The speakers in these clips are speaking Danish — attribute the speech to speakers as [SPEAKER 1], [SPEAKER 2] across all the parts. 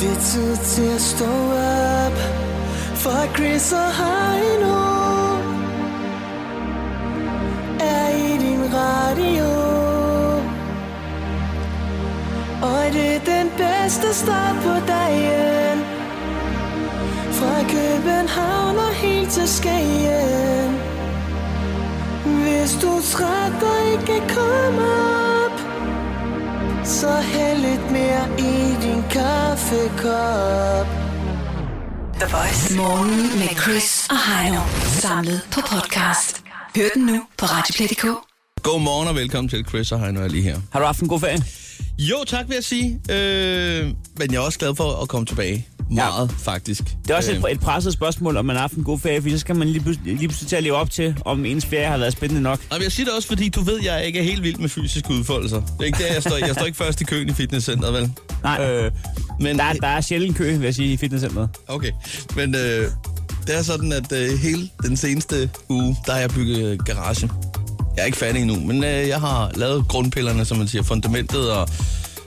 [SPEAKER 1] Det er tid til at stå op For Chris og Heino Er i din radio Og det er den bedste start på dagen Fra København og helt til Skagen Hvis du er træt og ikke kan komme op Så hæld lidt mere i din kaffekop
[SPEAKER 2] The Voice. Morgen med Chris og Heino. Samlet på podcast. Hør den nu på Radioplay.dk.
[SPEAKER 3] Godmorgen og velkommen til Chris og Heino er lige her.
[SPEAKER 4] Har du haft en god ferie?
[SPEAKER 3] Jo, tak vil jeg sige. Øh, men jeg er også glad for at komme tilbage. Meget, ja. faktisk.
[SPEAKER 4] Det er også
[SPEAKER 3] Øh.
[SPEAKER 4] et, et presset spørgsmål, om man har haft en god ferie, for så skal man lige pludselig, lige pludselig til at leve op til, om ens ferie har været spændende nok.
[SPEAKER 3] Nej, men jeg siger det også, fordi du ved, jeg ikke er helt vild med fysiske udfoldelser. Det er ikke der, jeg står. Jeg står ikke først i køen i fitnesscenteret, vel?
[SPEAKER 4] Nej, øh,
[SPEAKER 3] Men,
[SPEAKER 4] der, er- der er sjældent kø, vil jeg sige, i fitnesscenteret.
[SPEAKER 3] Okay, men øh, det er sådan, at øh, hele den seneste uge, der har jeg bygget øh, garage. Jeg er ikke færdig endnu, men øh, jeg har lavet grundpillerne, som man siger, fundamentet, og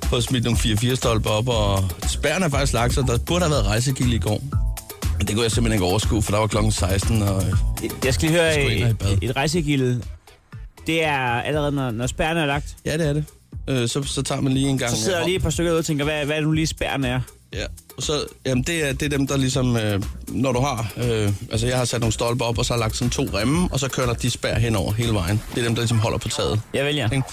[SPEAKER 3] fået smidt nogle 4-4-stolper op, og spærren er faktisk lagt, så der burde have været rejsegilde i går. Men det kunne jeg simpelthen ikke overskue, for der var klokken 16, og øh,
[SPEAKER 4] Jeg skal lige høre
[SPEAKER 3] Skulle ind og i bad.
[SPEAKER 4] et, et rejsegilde. Det er allerede, når, når spærrene er lagt.
[SPEAKER 3] ja, det er det. Øh, så, så tager man lige en gang...
[SPEAKER 4] Så sidder
[SPEAKER 3] øh,
[SPEAKER 4] der
[SPEAKER 3] op.
[SPEAKER 4] lige et par stykker ud og tænker, hvad, hvad er det nu lige spærrene er?
[SPEAKER 3] Ja, og så, jamen det er, det er dem, der ligesom, øh, når du har, øh, altså jeg har sat nogle stolper op, og så har lagt sådan to remme, og så kører der de spær hen over hele vejen. Det er dem, der ligesom holder på taget.
[SPEAKER 4] Jeg vælger.
[SPEAKER 3] Ikke?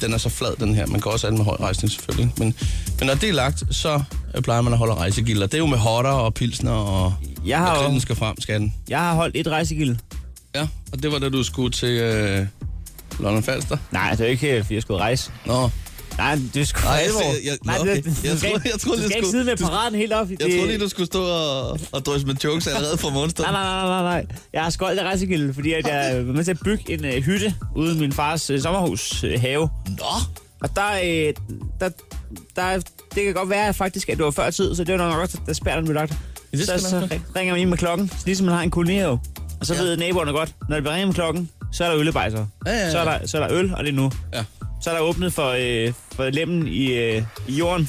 [SPEAKER 3] Den er så flad, den her. Man kan også have den med høj rejsning selvfølgelig. Men, men når det er lagt, så øh, plejer man at holde rejsegilder. Det er jo med hotter og pilsner, og
[SPEAKER 4] Jeg har
[SPEAKER 3] når
[SPEAKER 4] jo-
[SPEAKER 3] grillen skal frem, skal den.
[SPEAKER 4] Jeg har holdt et rejsegilde.
[SPEAKER 3] Ja, og det var da du skulle til øh, London Falster.
[SPEAKER 4] Nej, det er jo ikke, øh, fordi jeg skulle rejse.
[SPEAKER 3] Nå,
[SPEAKER 4] Nej, det er sgu
[SPEAKER 3] Ej,
[SPEAKER 4] for
[SPEAKER 3] jeg
[SPEAKER 4] alvor.
[SPEAKER 3] ser- jeg-
[SPEAKER 4] Nej,
[SPEAKER 3] nå,
[SPEAKER 4] det-
[SPEAKER 3] okay.
[SPEAKER 4] du skal
[SPEAKER 3] Jeg troede-
[SPEAKER 4] ikke-
[SPEAKER 3] jeg troede,
[SPEAKER 4] Du
[SPEAKER 3] det
[SPEAKER 4] skal ikke
[SPEAKER 3] skulle-
[SPEAKER 4] sidde med
[SPEAKER 3] du-
[SPEAKER 4] paraden helt op. i
[SPEAKER 3] jeg troede lige, du skulle stå og, og drysse med jokes allerede fra morgenstunden.
[SPEAKER 4] Nej, nej, nej, nej, nej. Jeg har skoldt af rejsegilde, fordi at jeg øh, var med til at bygge en øh, hytte ude i min fars øh, sommerhus øh, have.
[SPEAKER 3] Nå,
[SPEAKER 4] Og der, øh, der, der, det kan godt være faktisk, at det var før tid, så det var nok godt, at spærren blev lagt.
[SPEAKER 3] Ja, det
[SPEAKER 4] Så,
[SPEAKER 3] skal
[SPEAKER 4] så
[SPEAKER 3] nok være.
[SPEAKER 4] ringer man ind med klokken, så ligesom man har en kolonihave. Og så
[SPEAKER 3] Ja.
[SPEAKER 4] ja. ved naboerne godt, når det bliver ringet med klokken, så er der ølebejser.
[SPEAKER 3] Ja, ja, ja.
[SPEAKER 4] Så, er der, så er der øl, og det er nu.
[SPEAKER 3] ja.
[SPEAKER 4] Så er der åbnet for, øh, for lemmen i, øh, i jorden,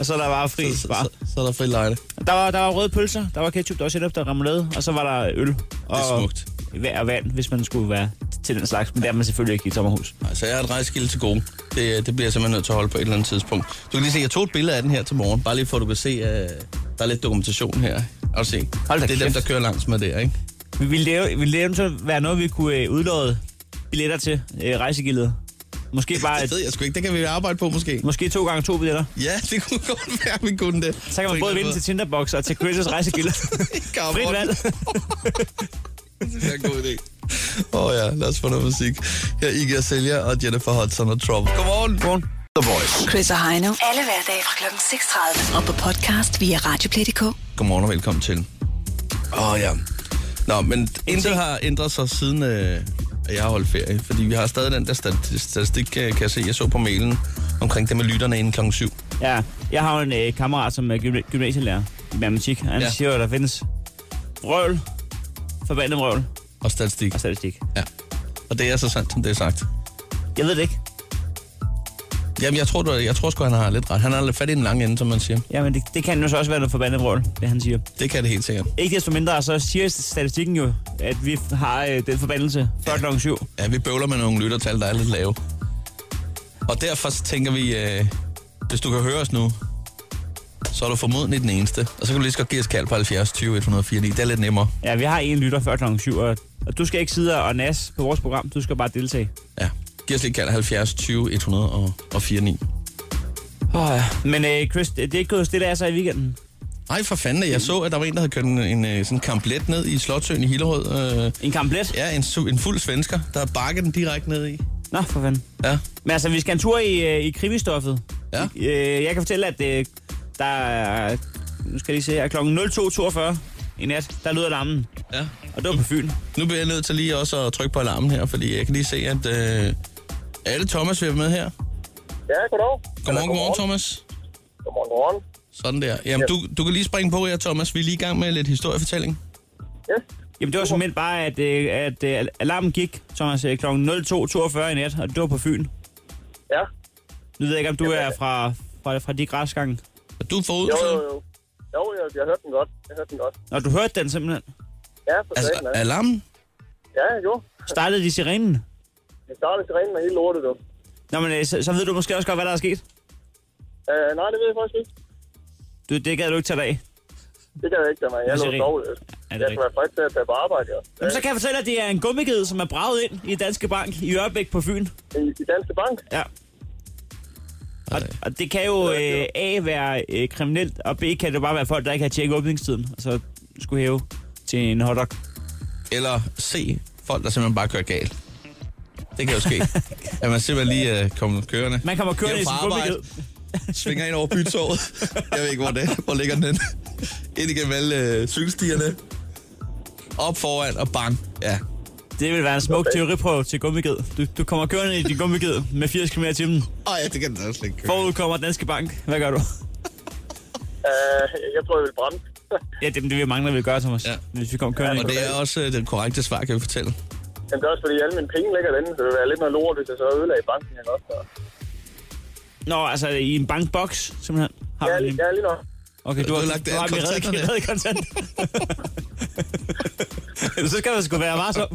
[SPEAKER 4] og så er der bare fri
[SPEAKER 3] Så, så,
[SPEAKER 4] bar.
[SPEAKER 3] så, så er der fri lejde.
[SPEAKER 4] Der var, der var røde pølser, der var ketchup, der var setup, der var remoulade, og så var der øl. Og
[SPEAKER 3] Det er smukt.
[SPEAKER 4] Vær og vand, hvis man skulle være til den slags, men det er man selvfølgelig ikke i et sommerhus.
[SPEAKER 3] Altså, jeg har et rejskilde til gode. Det, det bliver jeg simpelthen nødt til at holde på et eller andet tidspunkt. Du kan lige se, jeg tog et billede af den her til morgen, bare lige for at du kan se, at der er lidt dokumentation her. Og se,
[SPEAKER 4] Hold da
[SPEAKER 3] det er dem,
[SPEAKER 4] kæft.
[SPEAKER 3] der kører langs med det, ikke?
[SPEAKER 4] Men Ville det, jo- ville det eventuelt være noget, vi kunne øh, udlåde billetter til øh, rejsegildet? Måske bare
[SPEAKER 3] Det
[SPEAKER 4] et,
[SPEAKER 3] ved jeg sgu ikke. Det kan vi arbejde på, måske.
[SPEAKER 4] måske to gange to billetter.
[SPEAKER 3] Ja, det kunne godt være, vi kunne det.
[SPEAKER 4] Så kan man både vinde til Tinderbox og til Chris' rejsegilde. Frit valg.
[SPEAKER 3] Det er en god idé. Åh oh, ja, lad os få noget musik. Her er Iggy Azalea og Jennifer Hudson og Trump. Godmorgen. Godmorgen. The Voice.
[SPEAKER 2] Chris og Heino. Alle hverdage fra klokken 6.30. Og på podcast via Radioplay.dk.
[SPEAKER 3] Godmorgen og velkommen til. Åh oh, ja. Nå, men intet har ændret sig siden, øh, at jeg har holdt ferie. Fordi vi har stadig den der stat- statistik, øh, kan jeg se, jeg så på mailen, omkring det med lytterne inden klokken 7.
[SPEAKER 4] Ja, jeg har jo en øh, kammerat, som er gymna- gymnasielærer i matematik. Han
[SPEAKER 3] Ja.
[SPEAKER 4] ja. siger jo, at der findes vrøvl, forbandet vrøvl
[SPEAKER 3] Og statistik.
[SPEAKER 4] og statistik.
[SPEAKER 3] Ja. Og det er så sandt, som det er sagt.
[SPEAKER 4] Jeg ved det ikke.
[SPEAKER 3] Jamen, jeg tror, du, jeg tror sgu, han har lidt ret. Han har lidt fat i den lange ende, som man siger.
[SPEAKER 4] Ja, men det, det kan jo så også være noget forbandet vrøvl, det han siger.
[SPEAKER 3] Det kan det helt sikkert.
[SPEAKER 4] Ikke desto mindre, så siger statistikken jo, at vi har øh, den forbandelse før klokken syv.
[SPEAKER 3] Ja, vi bøvler med nogle lyttertal, der er lidt lave. Og derfor så tænker vi, øh, hvis du kan høre os nu, så er du formodentlig den eneste. Og så kan du lige så godt give os kald på 70 20 104 Det er lidt nemmere.
[SPEAKER 4] Ja, vi har en lytter før klokken syv, og, og du skal ikke sidde og nas på vores program. Du skal bare deltage.
[SPEAKER 3] Ja. Giv os lige et kald 70 20 104 9.
[SPEAKER 4] Oh, ja. Men øh, Chris, det det er ikke gået stille af sig i weekenden.
[SPEAKER 3] Ej, for fanden, jeg så, at der var en, der havde kørt en, en øh, sådan kamplet ned i Slotsøen i Hillerød. Øh,
[SPEAKER 4] En kamplet?
[SPEAKER 3] ja, en, su- en fuld svensker, der havde bakket den direkte ned i.
[SPEAKER 4] Nå, for fanden.
[SPEAKER 3] Ja.
[SPEAKER 4] Men altså, vi skal en tur i, øh, i krimistoffet.
[SPEAKER 3] Ja.
[SPEAKER 4] I, øh, jeg kan fortælle, at øh, der er, nu skal jeg lige se her, klokken 02.42 i nat, der lyder alarmen.
[SPEAKER 3] ja.
[SPEAKER 4] Og det var på Fyn.
[SPEAKER 3] Nu bliver jeg nødt til lige også at trykke på alarmen her, fordi jeg kan lige se, at øh, alle Thomas vil være med her.
[SPEAKER 5] Ja, goddag.
[SPEAKER 3] Godmorgen, godmorgen, Thomas.
[SPEAKER 5] Godmorgen, godmorgen.
[SPEAKER 3] Sådan der. Jamen, du, du kan lige springe på her, Thomas. Vi er lige i gang med lidt historiefortælling.
[SPEAKER 5] Yes.
[SPEAKER 4] Jamen, det var simpelthen bare, at, øh, at øh, alarmen gik, Thomas, øh, klokken 02.42 i nat, og det var på Fyn.
[SPEAKER 5] Ja. øh,
[SPEAKER 4] Nu ved jeg ikke, om du er fra, fra, fra de græsgange.
[SPEAKER 3] Er du forud?
[SPEAKER 5] Jo, jo, jo. Jo, jeg, jeg hørte den godt. Jeg hørte den godt.
[SPEAKER 4] Når du hørte den simpelthen.
[SPEAKER 5] Ja, for altså,
[SPEAKER 3] Altså,
[SPEAKER 5] satan, altså.
[SPEAKER 3] alarmen?
[SPEAKER 5] Ja, jo.
[SPEAKER 4] Startede de sirenen?
[SPEAKER 5] Jeg startede sirenen med hele lortet, du.
[SPEAKER 4] Nå, men øh, så, så ved du måske også godt, hvad der er sket.
[SPEAKER 5] Uh, nej, det ved jeg faktisk ikke.
[SPEAKER 4] Du, det gad du ikke tage dig af.
[SPEAKER 5] Det kan jeg ikke, da man. Jeg
[SPEAKER 4] Det er
[SPEAKER 5] lå
[SPEAKER 4] siren.
[SPEAKER 5] dog.
[SPEAKER 4] er
[SPEAKER 5] Jeg skal
[SPEAKER 4] rigtigt.
[SPEAKER 5] være frisk til at tage på arbejde, ja.
[SPEAKER 4] Jamen, så kan jeg fortælle, at det er en gummiged, som er braget ind i Danske Bank i Ørbæk på Fyn.
[SPEAKER 5] I, I Danske Bank?
[SPEAKER 4] Ja. Og, og det kan jo øh, A være øh, kriminelt, og B kan det bare være folk, der ikke har tjekket åbningstiden, og så skulle hæve til en hotdog.
[SPEAKER 3] Eller se folk, der simpelthen bare kører galt. Det kan jo ske. at man simpelthen lige øh, kommer kørende.
[SPEAKER 4] Man kommer kørende
[SPEAKER 3] Hjem
[SPEAKER 4] i
[SPEAKER 3] fra
[SPEAKER 4] sin
[SPEAKER 3] arbejde.
[SPEAKER 4] gummiged.
[SPEAKER 3] svinger ind over bytoget. Jeg ved ikke, hvor, det, hvor ligger den henne. Ind igennem alle øh, cykelstierne. Op foran og bang. Ja.
[SPEAKER 4] Det vil være en smuk teoriprøve til gummiged. Du, du kommer kørende i din gummiged med 80 km i timen.
[SPEAKER 3] Åh ja, det kan den også ikke køre.
[SPEAKER 4] Forud kommer Danske Bank. Hvad gør du?
[SPEAKER 5] Uh, Øh, jeg tror, jeg vil brænde.
[SPEAKER 4] Ja, det, det vi mangler, vi gøre, Thomas. Ja.
[SPEAKER 3] Ja.
[SPEAKER 4] Hvis vi kommer kørende.
[SPEAKER 3] Og det er også øh, den korrekte svar, kan jeg fortælle.
[SPEAKER 5] Men det er også, fordi alle mine penge ligger derinde. Så det vil være lidt noget lort, hvis jeg så ødelagde banken, ikke også? Så.
[SPEAKER 4] Nå, altså i en bankboks, simpelthen. Har
[SPEAKER 5] Ja,
[SPEAKER 4] du
[SPEAKER 5] lige,
[SPEAKER 4] en-
[SPEAKER 5] ja, lige nok.
[SPEAKER 4] Okay, du har,
[SPEAKER 3] ødelagt
[SPEAKER 4] du
[SPEAKER 3] alle
[SPEAKER 4] har dem i
[SPEAKER 3] kontanterne.
[SPEAKER 4] reddet kontant. så skal man sgu være varsom.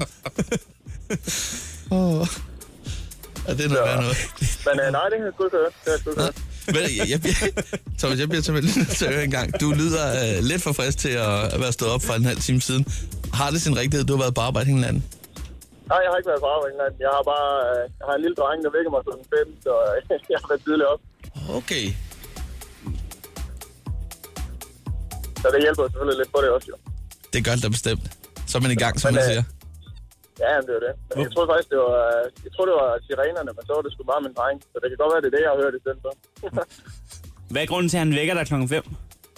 [SPEAKER 3] Og det er noget værd noget.
[SPEAKER 5] Men uh, nej, det kan jeg sgu ikke høre. Det kan jeg sgu ikke høre.
[SPEAKER 3] Men jeg, jeg, bliver, Thomas, jeg bliver simpelthen nødt til at høre en gang. Du lyder øh, lidt for frisk til at være stået op for en halv time siden. Har det sin rigtighed, du har været på arbejde hele natten?
[SPEAKER 5] Nej, jeg har ikke været på arbejde. nej. Jeg har bare øh, jeg har en lille dreng, der vækker mig klokken fem, så øh, jeg har været tidligt op.
[SPEAKER 3] Okay.
[SPEAKER 5] Så det hjælper jo selvfølgelig lidt på det også, jo.
[SPEAKER 3] Det gør det da bestemt. Så er man i gang, som
[SPEAKER 5] Men,
[SPEAKER 3] man
[SPEAKER 5] øh,
[SPEAKER 3] siger.
[SPEAKER 5] Ja, jamen, det var det. Men jeg troede faktisk, det var, øh, jeg troede, det var sirenerne, men så var det sgu bare min dreng. Så det kan godt være, det er det, jeg har hørt i stedet for.
[SPEAKER 4] Hvad er grunden til, at han vækker dig klokken 5?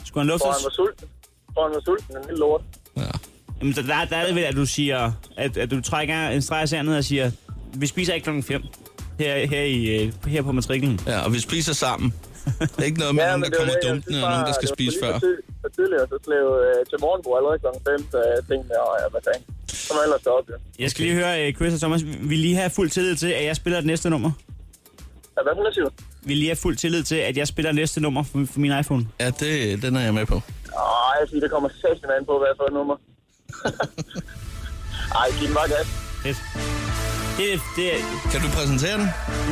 [SPEAKER 4] Skulle han
[SPEAKER 5] For
[SPEAKER 4] luftes?
[SPEAKER 5] han var sulten. For han var sulten, en lille lort.
[SPEAKER 3] Ja.
[SPEAKER 4] Jamen, der, der, der er det vel, at du siger, at, at du trækker en streg af ned og siger, vi spiser ikke klokken 5 her, her, i, øh, her på matriklen.
[SPEAKER 3] ja, og vi spiser sammen. Det er ikke noget med ja, nogen, der
[SPEAKER 5] det var
[SPEAKER 3] kommer
[SPEAKER 5] det, jeg
[SPEAKER 3] dumpende,
[SPEAKER 5] synes
[SPEAKER 3] og nogen, der
[SPEAKER 5] bare,
[SPEAKER 3] skal
[SPEAKER 5] det var
[SPEAKER 3] spise
[SPEAKER 5] lige
[SPEAKER 3] før.
[SPEAKER 5] For, tid- for tidligere, så blev øh, til morgenbord allerede klokken 5, så jeg tænkte, åh, ja, hvad fanden. Så må jeg ellers stå op, jo.
[SPEAKER 4] Jeg skal lige høre, øh, Chris og Thomas, vi lige have fuld tillid til, at jeg spiller det næste nummer.
[SPEAKER 5] Ja, hvad for noget siger du?
[SPEAKER 4] Vi lige have fuld tillid til, at jeg spiller næste nummer for, for min iPhone.
[SPEAKER 3] Ja, det, den er jeg med på.
[SPEAKER 5] Åh, jeg siger, det kommer sæt an på, hvad jeg får et nummer. Ej, giv mig gas.
[SPEAKER 4] Fedt. Det, det,
[SPEAKER 3] Kan du præsentere den?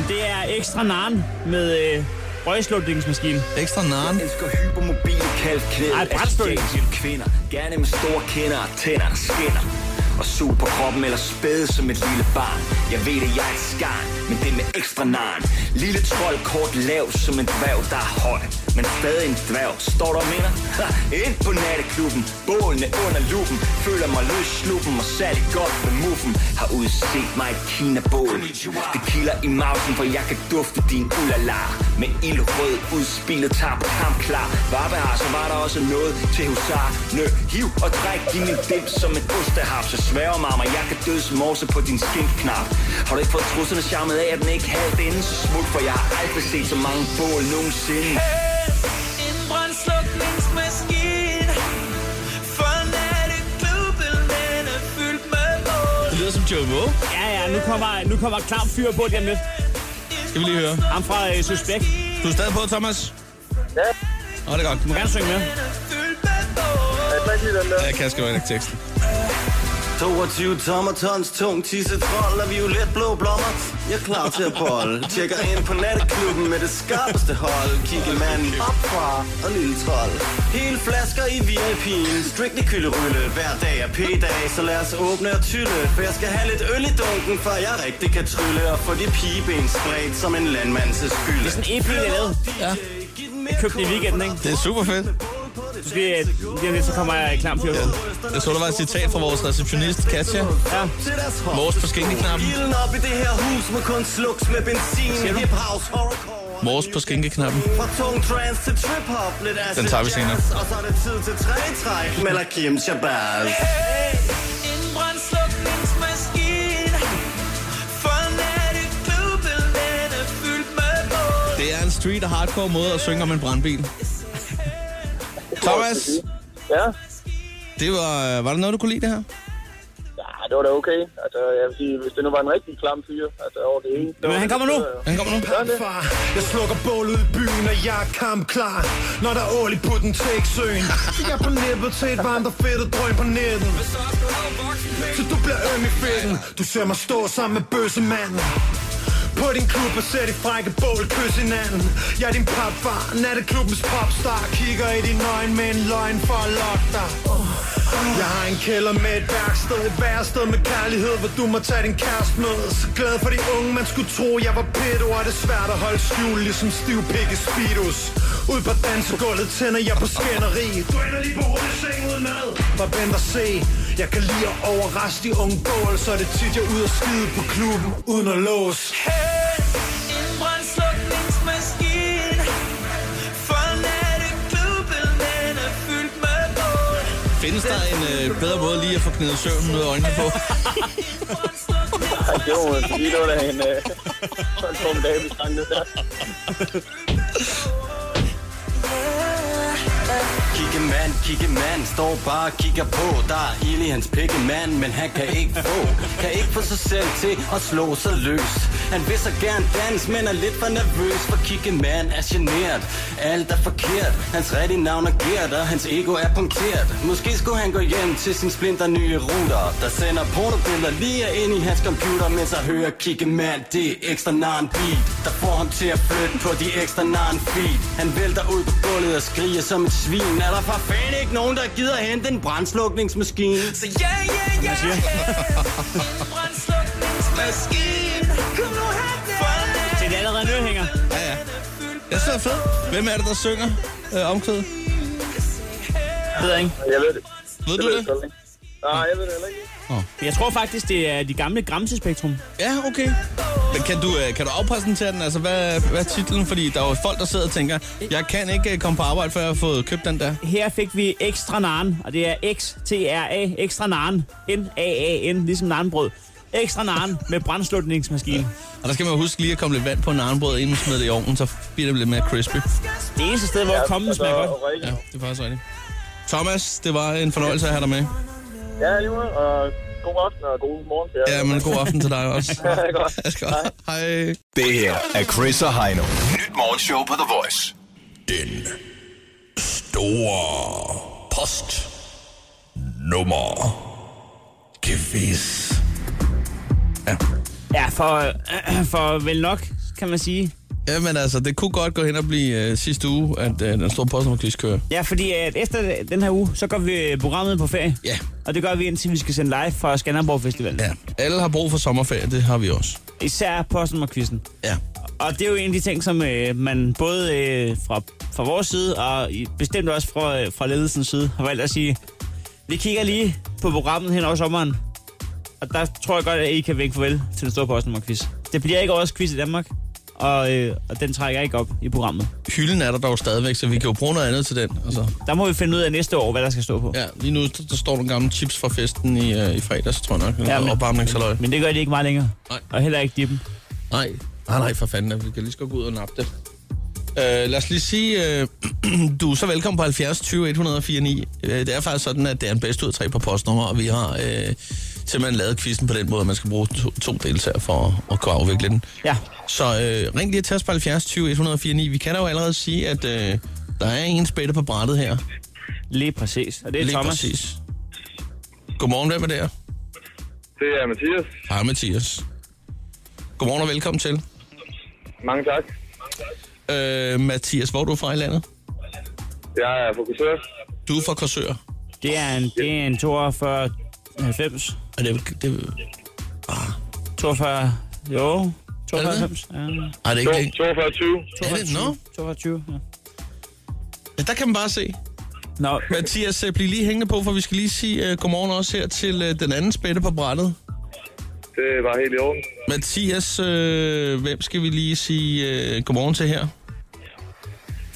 [SPEAKER 4] det er ekstra naren med øh, røgslutningsmaskinen.
[SPEAKER 3] Ekstra naren.
[SPEAKER 6] elsker hypermobil, kaldt knæl.
[SPEAKER 4] Ej, brætstød.
[SPEAKER 6] Asiatiske kvinder, gerne med store kinder og tænder, der skinner. Og sug på kroppen eller spæde som et lille barn. Jeg ved det, jeg er et skarn, men det er med ekstra narn. Lille trold, kort lav som en dværg, der er høj. Men stadig en dværg, står der og mener? Ha, ind på natteklubben, bålene under lupen. Føler mig løs sluppen og sat i godt med muffen. Har udset mig et kinabål. Det kilder i mausen, for jeg kan dufte din ulala. Med ildrød udspillet tager på kamp klar. Var der her, så var der også noget til husar. Nø, hiv og træk din dem som et ostehap. Så sværger mamma, jeg kan døds morse på din skinkknap. Har du ikke fået trusserne charmet af, at den ikke halvt inden? Så smut, for jeg har aldrig set så mange bål nogensinde.
[SPEAKER 7] En brændslukningsmaskine For natteklubben, den er fyldt med mål
[SPEAKER 3] Det lyder som Joe Moe.
[SPEAKER 4] Ja, ja, nu kommer, nu kommer klam fyr på lige om lidt.
[SPEAKER 3] Skal vi lige høre.
[SPEAKER 4] Ham fra øh, Suspekt.
[SPEAKER 3] Du er stadig på, Thomas?
[SPEAKER 5] Ja.
[SPEAKER 3] Nå, det er godt.
[SPEAKER 4] Du må gerne synge med.
[SPEAKER 7] Den er fyldt med mål
[SPEAKER 5] Jeg kan ikke lide den der.
[SPEAKER 3] Ja, Jeg kan sgu ikke teksten.
[SPEAKER 8] 22 tommer tons tung tisse trold og violet blå blommer. Jeg er klar til at bolle. Tjekker ind på natteklubben med det skarpeste hold. Kigger manden opfra og lille trold. Hele flasker i VIP'en. Strictly kylderylle. Hver dag er p-dag, så lad os åbne og tylle. For jeg skal have lidt øl i dunken, for jeg rigtig kan trylle. Og få de pigeben spredt som en landmand til skylde.
[SPEAKER 4] Det er sådan en EP, jeg lavede.
[SPEAKER 3] Ja.
[SPEAKER 8] Jeg
[SPEAKER 4] købte den i weekenden, ikke?
[SPEAKER 3] Det er super fedt.
[SPEAKER 4] Du skal, øh, lige om lidt, så kommer jeg klam fyr på.
[SPEAKER 3] Jeg så, der var et citat fra vores receptionist, Katja.
[SPEAKER 4] Ja.
[SPEAKER 3] Mors på skinkeknappen.
[SPEAKER 8] Ilden op i det her hus må kun slukkes med benzin. Hip house, horrorcore.
[SPEAKER 3] Mors på skinkeknappen.
[SPEAKER 8] Fra tung trance til trip hop, lidt acid
[SPEAKER 3] Den tager vi
[SPEAKER 8] jazz,
[SPEAKER 3] senere.
[SPEAKER 8] Og så er det tid til tre træk med Kim Shabazz.
[SPEAKER 7] En brændslukningsmaskine For natteklubben, den er fyldt med mål
[SPEAKER 3] Det er en street og hardcore måde at synge om en brandbil. Thomas,
[SPEAKER 5] Ja.
[SPEAKER 3] det var, var der noget, du kunne lide det her?
[SPEAKER 5] ja, det var da okay. Altså, jeg vil sige, hvis det nu var en rigtig klam fyr, altså over det hele.
[SPEAKER 4] Men han kommer nu.
[SPEAKER 3] Han kommer nu.
[SPEAKER 9] Far, jeg slukker bålet i byen, og jeg er kampklar Når der er ål i putten til eksøen Så jeg er på nippet til et varmt og fedt drøm på netten Så du bliver øm i fedten Du ser mig stå sammen med bøssemanden på din klub og sæt i frække bål, kys hinanden Jeg er din papfar, natteklubbens popstar Kigger i dine øjne med en løgn for at lokke dig Jeg har en kælder med et værksted Et værsted med kærlighed, hvor du må tage din kæreste med Så glad for de unge, man skulle tro jeg var pedo Og det er svært at holde skjul, ligesom stiv pik i speedos Ud på dansegulvet tænder jeg på skænderi Du ender lige på hovedet i seng uden mad Bare vent og se jeg kan lide at overraske de unge bål, så er det tit, jeg er ude og skide på klubben uden at låse.
[SPEAKER 7] En brændslukningsmaskine for natteklubben, den er fyldt med bål.
[SPEAKER 3] Findes der en øh, bedre måde lige at få knedet søvnen ud af øjnene på?
[SPEAKER 7] En brændslukningsmaskine
[SPEAKER 5] Jo, men det var da en øh, sådan formidabel sang, det der.
[SPEAKER 8] Kigge mand, kigge mand, står bare og kigger på Der er ild i hans pikke mand, men han kan ikke få Kan ikke få sig selv til at slå sig løs Han vil så gerne danse, men er lidt for nervøs For kigge mand er generet, alt er forkert Hans rigtige navn er Gert, og hans ego er punkteret Måske skulle han gå hjem til sin splinter nye router Der sender pornobilleder lige ind i hans computer Mens jeg hører kigge mand, det er ekstra narn beat Der får ham til at flytte på de ekstra narn feed Han vælter ud på gulvet og skriger som et svin Er der for fanden ikke nogen, der gider hente en brandslukningsmaskine?
[SPEAKER 7] Så ja, ja, ja, ja. En brændslukningsmaskine. Kom nu her,
[SPEAKER 4] Se, det er allerede nu, hænger.
[SPEAKER 3] Ja, ja. Jeg synes, det er fedt. Hvem er det, der synger øh, omkvædet?
[SPEAKER 4] Ved jeg ikke.
[SPEAKER 5] Jeg ved det.
[SPEAKER 3] Ved
[SPEAKER 5] Jeg
[SPEAKER 3] du
[SPEAKER 5] ved
[SPEAKER 3] det?
[SPEAKER 5] det godt ikke. Nej, jeg ved det heller ikke.
[SPEAKER 4] Jeg tror faktisk, det er de gamle Gramsespektrum.
[SPEAKER 3] Ja, okay. Men kan du, øh, kan du afpræsentere den? Altså, hvad, hvad er titlen? Fordi der er jo folk, der sidder og tænker, jeg kan ikke øh, komme på arbejde, før jeg har fået købt den der.
[SPEAKER 4] Her fik vi ekstra naren, og det er X-T-R-A, ekstra naren, N-A-A-N, ligesom narenbrød. Ekstra naren med brændslutningsmaskine.
[SPEAKER 3] Og der skal man huske lige at komme lidt vand på en arnbrød, inden man smider det i ovnen, så bliver det lidt mere crispy.
[SPEAKER 4] Det eneste sted, hvor kommen smager godt.
[SPEAKER 5] Rikke.
[SPEAKER 3] Ja, det er faktisk rigtigt. Thomas, det var en fornøjelse at have dig med.
[SPEAKER 5] Ja, lige måde, og god aften og god morgen til jer.
[SPEAKER 3] Ja, men god aften til dig også.
[SPEAKER 5] det er godt.
[SPEAKER 3] Jeg skal Hej.
[SPEAKER 10] Det her er Chris og Heino. Nyt morgenshow på The Voice.
[SPEAKER 3] Den store post nummer quiz.
[SPEAKER 4] Ja, for, for vel nok, kan man sige.
[SPEAKER 3] Jamen altså, det kunne godt gå hen og blive øh, sidste uge, at øh, den store postnummerquiz kører.
[SPEAKER 4] Ja, fordi at efter den her uge, så går vi øh, programmet på ferie.
[SPEAKER 3] Ja.
[SPEAKER 4] Og det gør vi, indtil vi skal sende live fra Skanderborg Festival.
[SPEAKER 3] Ja, alle har brug for sommerferie, det har vi også.
[SPEAKER 4] Især postnummerquizzen.
[SPEAKER 3] Ja.
[SPEAKER 4] Og det er jo en af de ting, som øh, man både øh, fra, fra vores side, og i- bestemt også fra, øh, fra ledelsens side, har valgt at sige, vi kigger lige på programmet hen over sommeren. Og der tror jeg godt, at I kan vinke farvel til den store postnummerquiz. Det bliver ikke årets quiz i Danmark, og, øh, og den trækker ikke op i programmet.
[SPEAKER 3] Hylden er der dog stadigvæk, så vi kan jo bruge noget andet til den. Altså,
[SPEAKER 4] Der må vi finde ud af næste år, hvad der skal stå på.
[SPEAKER 3] ja, lige nu der står nogle gamle chips fra festen i, øh, i fredags, tror jeg nok.
[SPEAKER 4] Ja,
[SPEAKER 3] Ja,
[SPEAKER 4] men-
[SPEAKER 3] men... Opvarmningshaløj.
[SPEAKER 4] Men det gør de ikke meget længere.
[SPEAKER 3] Nej.
[SPEAKER 4] Og heller ikke dippen.
[SPEAKER 3] Nej, nej, nej, for fanden. da. Vi kan lige skal gå ud og nappe det. Uh, lad os lige sige, uh, du er så velkommen på 70 20 104 9. Uh, det er faktisk sådan, at det er en bedst ud af tre på postnummer, og vi har uh, simpelthen lavet quizzen på den måde, at man skal bruge to, to deltagere for at, at kunne afvikle den.
[SPEAKER 4] Ja.
[SPEAKER 3] Så uh, ring lige til os på 70 20 104 9. Vi kan da jo allerede sige, at uh, der er en spætte på brættet her.
[SPEAKER 4] Lige præcis. Og det er
[SPEAKER 3] Lige
[SPEAKER 4] Thomas.
[SPEAKER 3] præcis. Godmorgen, hvem er der?
[SPEAKER 5] Det er Mathias.
[SPEAKER 3] Hej, Mathias. Godmorgen og velkommen til.
[SPEAKER 5] Mange tak.
[SPEAKER 3] Uh, Mathias, hvor er du fra i landet?
[SPEAKER 5] Jeg er fokusør.
[SPEAKER 3] Du er fra Korsør.
[SPEAKER 4] Det er en, det er en 42... 90.
[SPEAKER 3] Er det, det, Ah.
[SPEAKER 4] 42... Jo.
[SPEAKER 3] det?
[SPEAKER 4] 92. Ja.
[SPEAKER 3] er det ikke det?
[SPEAKER 5] 42 20.
[SPEAKER 3] Er det? Nå,
[SPEAKER 4] 22, ja.
[SPEAKER 3] ja, der kan man bare se.
[SPEAKER 4] Nå,
[SPEAKER 3] Mathias, øh, bliv lige hængende på, for vi skal lige sige uh, godmorgen også her til uh, den anden spætte på brættet.
[SPEAKER 5] Det var helt i orden.
[SPEAKER 3] Mathias, øh, hvem skal vi lige sige øh, godmorgen til her?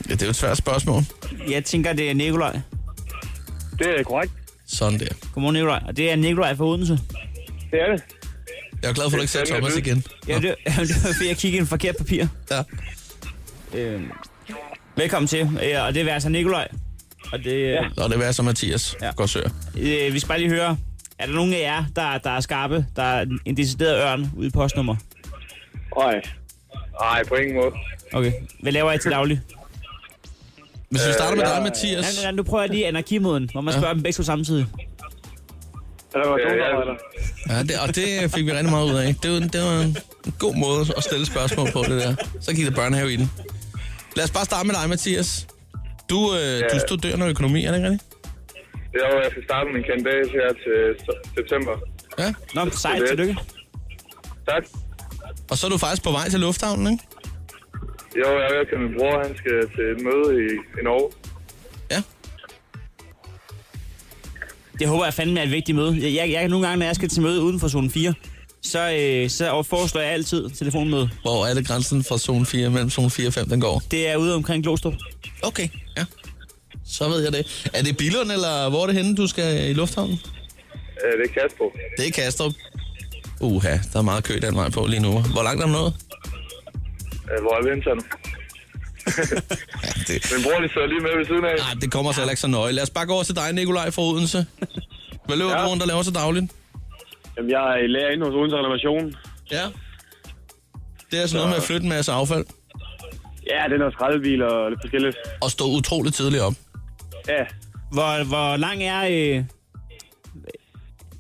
[SPEAKER 3] Ja, det er jo et svært spørgsmål.
[SPEAKER 4] jeg tænker, det er Nikolaj.
[SPEAKER 5] Det er korrekt.
[SPEAKER 3] Sådan der.
[SPEAKER 4] Godmorgen, Nikolaj. Og det er Nikolaj fra Odense.
[SPEAKER 5] Det er det.
[SPEAKER 3] Jeg er glad for, at du ikke sagde
[SPEAKER 5] fandme
[SPEAKER 3] Thomas
[SPEAKER 5] vildt.
[SPEAKER 3] igen.
[SPEAKER 4] Ja, det, det var fordi, jeg kiggede i en forkert papir.
[SPEAKER 3] Ja.
[SPEAKER 4] Øhm. Velkommen til. Ja, og det er altså Nikolaj. Og det, ja.
[SPEAKER 3] Nå, det var så Mathias.
[SPEAKER 4] Ja.
[SPEAKER 3] Ja. Godt sør.
[SPEAKER 4] øh, vi skal bare lige høre. Er der nogen af jer, der, der er skarpe? Der er en decideret ørn ude i postnummer?
[SPEAKER 5] Nej. Nej, på ingen måde.
[SPEAKER 4] Okay. Hvad laver I til daglig?
[SPEAKER 3] Hvis vi starter
[SPEAKER 5] Øh,
[SPEAKER 3] med dig, Mathias.
[SPEAKER 4] Ja, nu prøver jeg lige anarkimoden, hvor man spørger dem begge to samtidig.
[SPEAKER 5] Eller var det
[SPEAKER 3] Ja, det, og det fik vi rigtig meget ud af. Det var, det var en god måde at stille spørgsmål på det der. Så gik der børnehave i den. Lad os bare starte med dig, Mathias. Du, øh, ja. du studerer noget økonomi, er det ikke rigtigt?
[SPEAKER 5] Det var, jeg skal starte min kandidat her til se- september.
[SPEAKER 3] Ja.
[SPEAKER 4] Nå, sejt.
[SPEAKER 5] Det er det.
[SPEAKER 4] Tillykke.
[SPEAKER 5] Tak.
[SPEAKER 3] Og så er du faktisk på vej til lufthavnen, ikke?
[SPEAKER 5] Jo, jeg er ved at køre min bror. Han skal til et møde i, i Norge.
[SPEAKER 4] Det håber jeg fandme er et vigtigt møde. Jeg, jeg, jeg nogle gange, når jeg skal til møde uden for zone 4, så, øh, så foreslår jeg altid telefonmøde.
[SPEAKER 3] Hvor er det grænsen fra zone 4, mellem zone 4 og 5, den går?
[SPEAKER 4] Det er ude omkring Glostrup.
[SPEAKER 3] Okay, ja. Så ved jeg det. Er det Billund, eller hvor er det henne, du skal i lufthavnen?
[SPEAKER 5] Øh, Det er Kasper.
[SPEAKER 3] Det er Kastrup. Uha, der er meget kø den vej på lige nu. Hvor langt er du nået?
[SPEAKER 5] Øh, Hvor er vi henne sådan? Min bror, de sidder lige med ved siden af.
[SPEAKER 3] Nej, Ah, det kommer så heller ikke så nøje. Lad os bare gå over til dig, Nikolaj fra Odense. Hvad løber ja. du rundt og laver til dagligt?
[SPEAKER 11] Jamen, jeg er lærer inde hos Odense Renovation.
[SPEAKER 3] Ja. Det er sådan Altså noget med at flytte en masse affald.
[SPEAKER 11] Ja, det er noget skraldebil og lidt forskelligt.
[SPEAKER 3] Og stå utroligt tidligt op.
[SPEAKER 11] Ja,
[SPEAKER 4] Hvor, hvor lang er øh,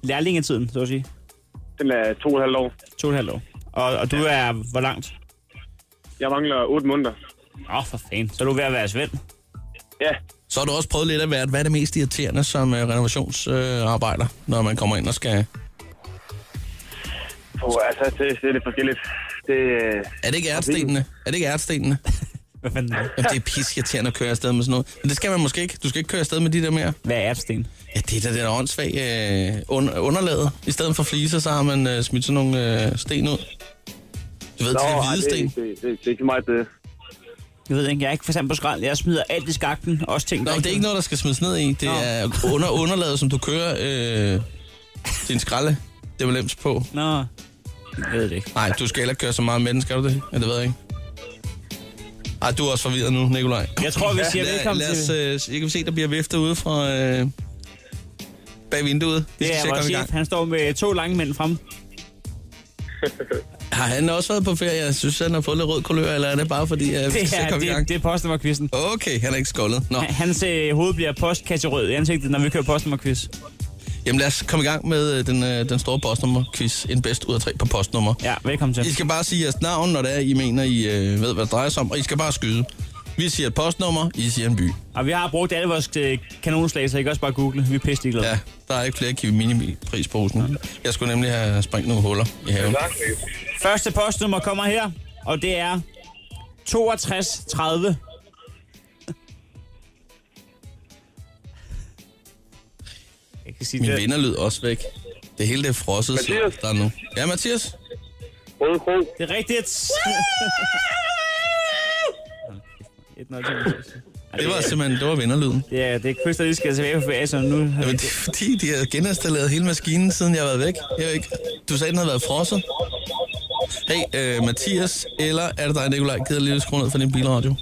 [SPEAKER 4] lærlingetiden, så at sige?
[SPEAKER 11] den er to og et halvt år.
[SPEAKER 4] To og et halvt år. Og, og du er hvor langt?
[SPEAKER 11] Jeg mangler otte måneder.
[SPEAKER 4] Åh, oh, for fanden. Så er du ved at være svend.
[SPEAKER 11] Ja.
[SPEAKER 3] Så har du også prøvet lidt af hvert. Hvad er det mest irriterende som uh, renovationsarbejder, øh, når man kommer ind og skal...
[SPEAKER 11] Puh, altså, det, det er lidt forskelligt. Det,
[SPEAKER 3] Er det ikke ærtstenene? Er det ikke ærtstenene?
[SPEAKER 4] Hvad fanden er
[SPEAKER 3] Jamen, det er pisirriterende at køre afsted med sådan noget. Men det skal man måske ikke. Du skal ikke køre afsted med de der mere.
[SPEAKER 4] Hvad er ærtsten?
[SPEAKER 3] Ja, det er da den åndssvag øh, un- underlaget. I stedet for fliser, så har man øh, smidt sådan nogle øh, sten ud. Du ved, Nå, til de hvide sten.
[SPEAKER 11] det, det, det, det, er ikke meget det.
[SPEAKER 4] Jeg ved ikke, jeg er ikke for eksempel på skrald. Jeg smider alt i skakten, også ting,
[SPEAKER 3] Nå,
[SPEAKER 4] der
[SPEAKER 3] det er ikke noget, der skal smides ned i. Det er under underlaget, som du kører øh, din skralde. Det var lems på.
[SPEAKER 4] Nå, jeg ved det ikke.
[SPEAKER 3] Nej, du skal heller ikke køre så meget med den, skal du det? Ja, det ved jeg ikke. Ej, du er også forvirret nu, Nikolaj.
[SPEAKER 4] Jeg tror, vi siger
[SPEAKER 3] Lad-
[SPEAKER 4] velkommen
[SPEAKER 3] lad os,
[SPEAKER 4] til-
[SPEAKER 3] Øh, jeg kan se, der bliver viftet ude fra... Øh, bag vinduet. Vi
[SPEAKER 4] Det
[SPEAKER 3] skal
[SPEAKER 4] er
[SPEAKER 3] se at
[SPEAKER 4] vores
[SPEAKER 3] komme i gang.
[SPEAKER 4] chef. Han står med to lange mænd frem.
[SPEAKER 3] Har han også været på ferie? Jeg synes, han har fået lidt rød kulør, eller er det bare fordi, at vi
[SPEAKER 4] Det
[SPEAKER 3] skal
[SPEAKER 4] er,
[SPEAKER 3] komme i gang?
[SPEAKER 4] det, det er postnummerquizzen.
[SPEAKER 3] Okay, han er ikke skoldet. Nå.
[SPEAKER 4] Hans øh, hoved bliver postkasserød i ansigtet, når vi kører postnummerquiz.
[SPEAKER 3] Jamen lad os komme i gang med øh, den, øh, den store postnummer-quiz. En bedst ud af tre på postnummer.
[SPEAKER 4] Ja, velkommen til.
[SPEAKER 3] I skal bare sige jeres navn, når det er, I mener, I øh, ved, hvad det drejer sig om, og I skal bare skyde. Vi siger et postnummer, I siger en by.
[SPEAKER 4] Og vi har brugt alle vores øh, kanonslag, så I kan også bare google. Vi er pisse glade.
[SPEAKER 3] Ja, der er ikke flere kiwi mini prisposen. Jeg skulle nemlig have sprængt nogle huller i haven.
[SPEAKER 4] Første postnummer kommer her, og det er 6230. Jeg kan sige
[SPEAKER 3] Min
[SPEAKER 4] det.
[SPEAKER 3] vinder lød også væk. Det hele det er frosset, så
[SPEAKER 5] Mathias?
[SPEAKER 3] der er nu. Ja, Mathias?
[SPEAKER 5] Røde Kro.
[SPEAKER 4] Det er rigtigt. Et noget til.
[SPEAKER 3] Det var simpelthen, det var vinderlyden.
[SPEAKER 4] Ja, det er Chris, der lige skal tilbage på ferie, så nu...
[SPEAKER 3] Jamen, det er fordi, de har geninstalleret hele maskinen, siden jeg har været væk. Jeg ved ikke. Du sagde, den havde været frosset. Hey, øh, Mathias, eller er det dig, Nikolaj? Gider lige at skrue ned for din bilradio?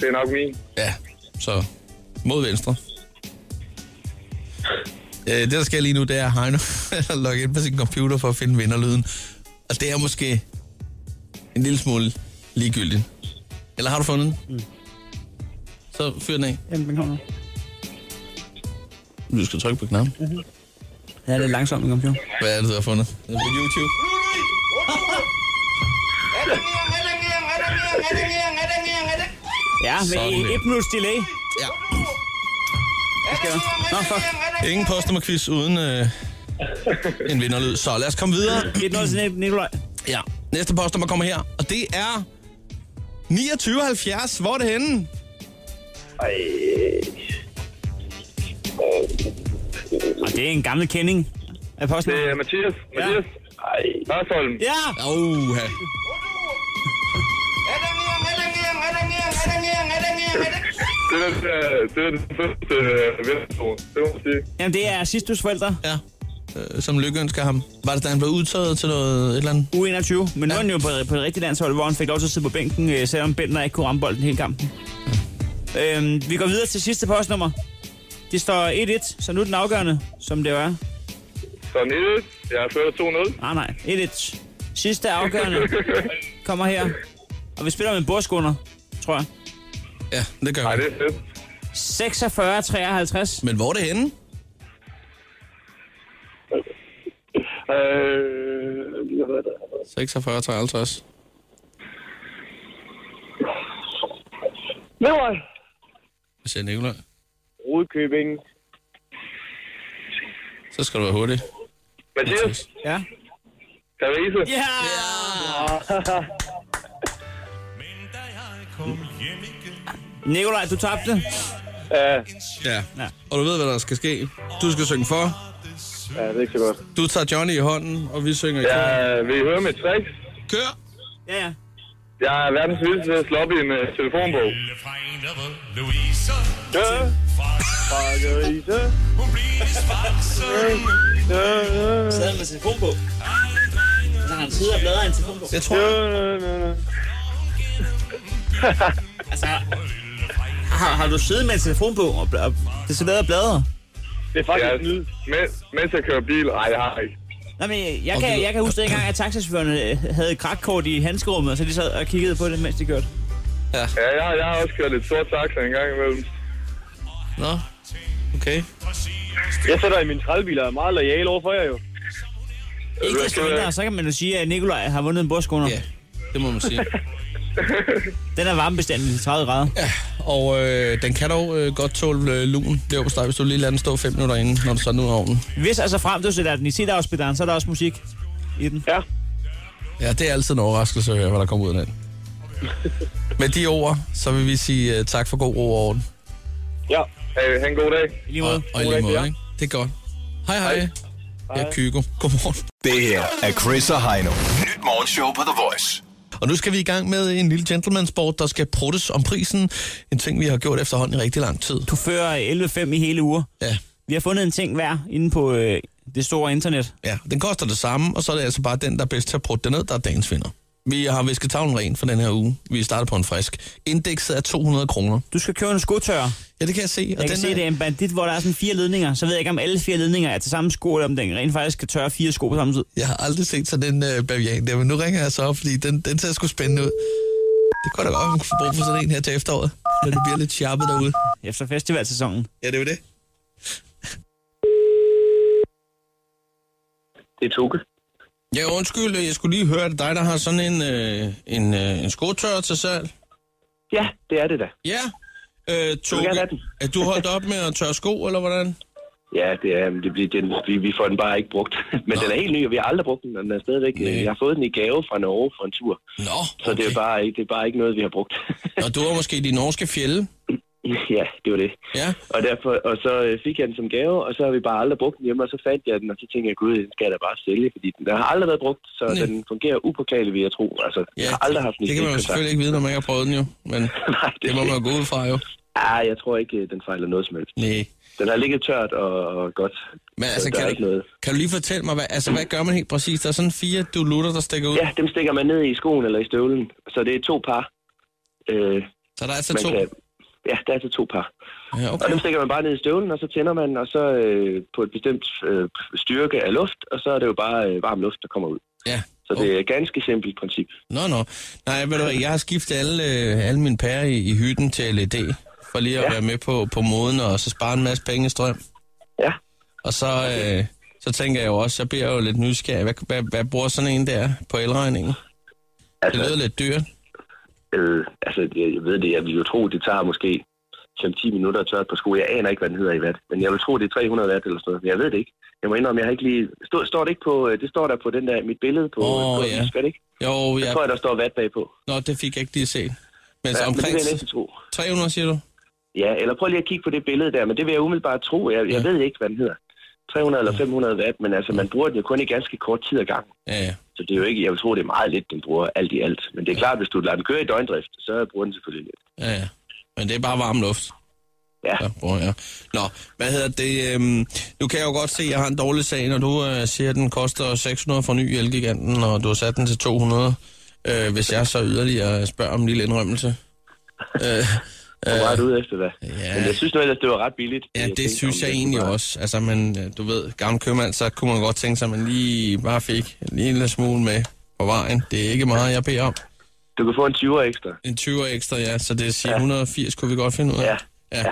[SPEAKER 5] Det er nok min.
[SPEAKER 3] Ja, så mod venstre. Øh, det, der sker lige nu, det er at Heino der logger ind på sin computer for at finde vinderlyden. Og det er måske en lille smule ligegyldigt. Eller har du fundet den? Mm. Så fyr den af.
[SPEAKER 4] Jamen, den kommer nu.
[SPEAKER 3] Du skal trykke på knappen.
[SPEAKER 4] Mhm. Ja, det er langsomt, min computer.
[SPEAKER 3] Hvad er det, du har fundet? Det er på YouTube.
[SPEAKER 4] Ja,
[SPEAKER 3] Sådan
[SPEAKER 4] med
[SPEAKER 3] der.
[SPEAKER 4] et, et minuts delay.
[SPEAKER 3] Ja.
[SPEAKER 4] Hvad skal der? Nå, fuck.
[SPEAKER 3] Ingen postnummerquiz uden øh, en vinderlyd. Så lad os komme videre.
[SPEAKER 4] Et noget til Nic- Nikolaj.
[SPEAKER 3] Ja, næste postnummer kommer her, og det er 2970. Hvor er det henne?
[SPEAKER 4] Og det er en gammel kending. Er posten?
[SPEAKER 5] Det er Mathias. Mathias. Ej. Hørsholm.
[SPEAKER 4] Ja!
[SPEAKER 3] Oha.
[SPEAKER 5] Det er den, øh, det er den første øh, vinderperson. Det må man sige.
[SPEAKER 4] Jamen, det er Sistus forældre.
[SPEAKER 3] Ja, øh, som lykkeønsker ham. Var det, da han blev udtaget til noget, et eller andet?
[SPEAKER 4] U21. Men nu er han jo på, på et rigtigt landshold, hvor han fik lov til at sidde på bænken, øh, selvom Bender ikke kunne ramme bolden hele kampen. Øhm, vi går videre til sidste postnummer. Det står 1-1, så nu er den afgørende, som det var.
[SPEAKER 12] Så nede. Jeg har ført 2-0.
[SPEAKER 3] Ah,
[SPEAKER 4] Nej, nej. 1-1. Sidste afgørende kommer her. Og vi spiller med en bordskunder, tror jeg.
[SPEAKER 3] Ja, det gør vi. Nej,
[SPEAKER 12] det er fedt.
[SPEAKER 4] 46-53.
[SPEAKER 3] Men hvor er det henne?
[SPEAKER 12] Øh,
[SPEAKER 3] 46 til 50.
[SPEAKER 12] Nikolaj.
[SPEAKER 3] Hvad siger Nicolaj?
[SPEAKER 12] Rudkøbing.
[SPEAKER 3] Så skal du være hurtig.
[SPEAKER 12] Mathias.
[SPEAKER 4] Ja.
[SPEAKER 12] Therese.
[SPEAKER 4] Ja!
[SPEAKER 12] ja.
[SPEAKER 4] Nikolaj, du tabte.
[SPEAKER 3] Ja. ja. Og du ved, hvad der skal ske. Du skal synge for.
[SPEAKER 11] Ja, det er ikke så godt.
[SPEAKER 3] Du tager Johnny i hånden, og vi synger i
[SPEAKER 12] Ja, vil I høre mit trick?
[SPEAKER 3] Kør!
[SPEAKER 4] Ja, ja.
[SPEAKER 12] Jeg er verdens vildeste til at slå op i en uh, telefonbog.
[SPEAKER 7] Louise.
[SPEAKER 12] Ja.
[SPEAKER 7] Margarita. Hun bliver sparksom.
[SPEAKER 4] Sad med telefon på. Så han sidder og bladrer i en telefon på.
[SPEAKER 3] Jeg tror...
[SPEAKER 4] altså, har, har du siddet med en telefon på og, bl- og decideret bladret?
[SPEAKER 12] Det er faktisk ja, nyd. Mens, mens jeg kører bil. Nej, jeg har ikke.
[SPEAKER 4] Nej, men jeg kan, jeg kan huske dengang, at taxachaufførerne øh, havde et krakkort i handskerummet, og så de sad og kiggede på det, mens de kørte.
[SPEAKER 3] Ja,
[SPEAKER 12] ja jeg, jeg har også kørt lidt sort taxa en gang imellem.
[SPEAKER 3] Nå, okay.
[SPEAKER 11] Jeg sætter i min trælbiler er meget lojal overfor jer jo.
[SPEAKER 4] Ikke desto mindre, så kan man jo sige, at Nikolaj har vundet en bordskunder. Ja,
[SPEAKER 3] det må man sige.
[SPEAKER 4] Den er varmebestanden i 30 grader.
[SPEAKER 3] Ja, og øh, den kan dog øh, godt tåle øh, lugen. Det er jo hvis du lige lader den stå 5 minutter inden, når du så den ud af ovnen.
[SPEAKER 4] Hvis altså frem, du sætter den i sit så er der også musik i den.
[SPEAKER 11] Ja.
[SPEAKER 3] Ja, det er altid en overraskelse at høre, hvad der kommer ud af den. Med de ord, så vil vi sige øh, tak for god ro og orden.
[SPEAKER 12] Ja.
[SPEAKER 10] øh,
[SPEAKER 12] Hey, ha' en god dag.
[SPEAKER 4] I lige måde.
[SPEAKER 3] Og i lige måde, ikke? Det er godt. Hej, hej. hej. Jeg er Kygo. Godmorgen.
[SPEAKER 10] Det her er Chris og Heino. Nyt morgenshow på The Voice.
[SPEAKER 3] Og nu skal vi i gang med en lille gentleman sport, der skal pruttes om prisen. En ting, vi har gjort efterhånden i rigtig lang tid.
[SPEAKER 4] Du fører 11.5 i hele uger.
[SPEAKER 3] Ja.
[SPEAKER 4] Vi har fundet en ting hver inde på øh, det store internet.
[SPEAKER 3] Ja, den koster det samme, og så er det altså bare den, der er bedst til at prutte den ned, der er dagens vinder. Vi har visket tavlen ren for den her uge. Vi starter på en frisk. Indekset er 200 kroner.
[SPEAKER 4] Du skal købe en skotørrer.
[SPEAKER 3] Ja, det kan jeg se. Og
[SPEAKER 4] Jeg kan
[SPEAKER 3] den øh,
[SPEAKER 4] se,
[SPEAKER 3] er-
[SPEAKER 4] det er en bandit, hvor der er sådan fire ledninger. Så ved jeg ikke, om alle fire ledninger er til samme sko, eller om den rent faktisk kan tørre fire sko på samme tid.
[SPEAKER 3] Jeg har aldrig set sådan en øh, bavian der, men nu ringer jeg så op, fordi den, den ser sgu spændende ud. Det kunne da godt, man kunne få brug for sådan en her til efteråret, når det bliver lidt sharpet derude.
[SPEAKER 4] Efter festivalsæsonen.
[SPEAKER 3] Ja, det er jo det.
[SPEAKER 11] Det er Toke.
[SPEAKER 3] Ja, undskyld, jeg skulle lige høre, det dig, der har sådan en, øh, en, øh, en skotørrer til salg.
[SPEAKER 11] Ja, det er det da.
[SPEAKER 3] Ja, øh, Toge,
[SPEAKER 11] gerne have den.
[SPEAKER 3] er du holdt op med at tørre sko, eller hvordan?
[SPEAKER 11] Ja, det er, det bliver, den, vi, vi får den bare ikke brugt. Men den er helt ny, og vi har aldrig brugt den, og den er stadigvæk...
[SPEAKER 3] Nej.
[SPEAKER 11] Nej. Jeg har fået den i gave fra Norge for en tur.
[SPEAKER 3] Nå,
[SPEAKER 11] Så det er, bare, ikke- det er bare ikke noget, vi har brugt.
[SPEAKER 3] og du er måske de norske fjelle.
[SPEAKER 11] ja, det var det.
[SPEAKER 3] Ja.
[SPEAKER 11] Og, derfor, og så øh, fik jeg den som gave, og så har vi bare aldrig brugt den hjemme, og så fandt jeg den, og så tænkte jeg, gud, den skal jeg da bare sælge, fordi den har aldrig været brugt, så
[SPEAKER 3] Nej.
[SPEAKER 11] Nej. den fungerer upåklageligt, vil jeg tro. Altså, ja, jeg har aldrig haft den i
[SPEAKER 3] Det kan man jo
[SPEAKER 11] stikkontakt.
[SPEAKER 3] selvfølgelig ikke vide, når man ikke har prøvet den jo, men
[SPEAKER 11] Nej,
[SPEAKER 3] det må man jo gå ud fra jo.
[SPEAKER 11] Ah, jeg tror ikke, øh, den fejler noget som helst.
[SPEAKER 3] Nej.
[SPEAKER 11] Den har ligget tørt og, og godt.
[SPEAKER 3] Men
[SPEAKER 11] Så
[SPEAKER 3] altså,
[SPEAKER 11] der er
[SPEAKER 3] kan
[SPEAKER 11] ikke
[SPEAKER 3] du,
[SPEAKER 11] noget.
[SPEAKER 3] kan du lige fortælle mig, hvad, altså, hvad gør man helt præcis? Der er sådan fire dulutter, der stikker ud.
[SPEAKER 11] Ja, dem stikker man ned i skoen eller i støvlen, så det er to par. Øh,
[SPEAKER 3] Så der er altså
[SPEAKER 11] man
[SPEAKER 3] to?
[SPEAKER 11] Kan, ja, der er altså to par.
[SPEAKER 3] Ja,
[SPEAKER 11] Okay. Og dem stikker man bare ned i støvlen, og så tænder man, og så øh, på et bestemt øh, styrke af luft, og så er det jo bare øh, varm luft, der kommer ud.
[SPEAKER 3] Ja.
[SPEAKER 11] Så det er et ganske simpelt princip.
[SPEAKER 3] Nå, nå. Nej, ved du hvad, jeg har skiftet alle, øh, alle mine pærer i, i hytten til LED, for lige at ja. være med på, på moden, og så spare en masse penge i strøm.
[SPEAKER 11] Ja.
[SPEAKER 3] Og så, øh, så tænker jeg jo også, jeg bliver jo lidt nysgerrig, hvad, hvad, hvad bruger sådan en der på elregningen? Altså, det lyder lidt dyrt.
[SPEAKER 11] Øh, altså, jeg jeg ved det, jeg vil jo tro, det tager måske 5-10 minutter at tørre et par sko. Jeg aner ikke, hvad den hedder i watt, men jeg vil tro, det er 300 watt eller sådan noget. Men jeg ved det ikke. Jeg må indrømme, jeg har ikke lige... Stå, står det ikke på... øh, Det står der på den der, mit billede på...
[SPEAKER 3] Åh,
[SPEAKER 11] på
[SPEAKER 3] ja.
[SPEAKER 11] Avis, gør det ikke?
[SPEAKER 3] Jo,
[SPEAKER 11] Jeg
[SPEAKER 3] jeg,
[SPEAKER 11] tror, jeg, der står watt bagpå.
[SPEAKER 3] nå, det fik jeg ikke lige set. Men så
[SPEAKER 11] Ja,
[SPEAKER 3] omkring
[SPEAKER 11] men det vil jeg næsten tro.
[SPEAKER 3] 300, siger du?
[SPEAKER 11] Ja, eller prøv lige at kigge på det billede der, men det vil jeg umiddelbart tro. Jeg, jeg ved ikke, hvad den hedder. 300 eller 500 watt, men altså, man bruger den jo kun i ganske kort tid ad gangen.
[SPEAKER 3] Ja, ja.
[SPEAKER 11] Så det er jo ikke, jeg vil tro, det er meget lidt, den bruger alt i alt. Men det er klart, hvis du lader den køre i døgndrift, så bruger den selvfølgelig lidt.
[SPEAKER 3] Ja, ja. Men det er bare varm luft.
[SPEAKER 11] Ja.
[SPEAKER 3] ja, bror, ja. Nå, hvad hedder det? Øhm, nu kan jeg jo godt se, at jeg har en dårlig sag, når du øh, siger, at den koster 600 for ny i Elgiganten, og du har sat den til 200. Øh, hvis jeg så yderligere spørger om en lille indrømmelse. Øh,
[SPEAKER 11] Hvor meget er du ude efter, hvad? Ja. Men jeg synes nu ellers, det var ret billigt.
[SPEAKER 3] Ja,
[SPEAKER 11] Jeg
[SPEAKER 3] det
[SPEAKER 11] tænkte,
[SPEAKER 3] synes
[SPEAKER 11] om
[SPEAKER 3] jeg
[SPEAKER 11] det
[SPEAKER 3] egentlig
[SPEAKER 11] kunne
[SPEAKER 3] også. Altså, man, øh, du ved, gammel købmand, så kunne man godt tænke sig, at man lige bare fik en lille smule med på vejen. Det er ikke meget, jeg beder om.
[SPEAKER 11] Du kan få en 20'er ekstra.
[SPEAKER 3] En 20'er ekstra, ja. Så det er siger 180, kunne vi godt finde ud af. Ja. ja.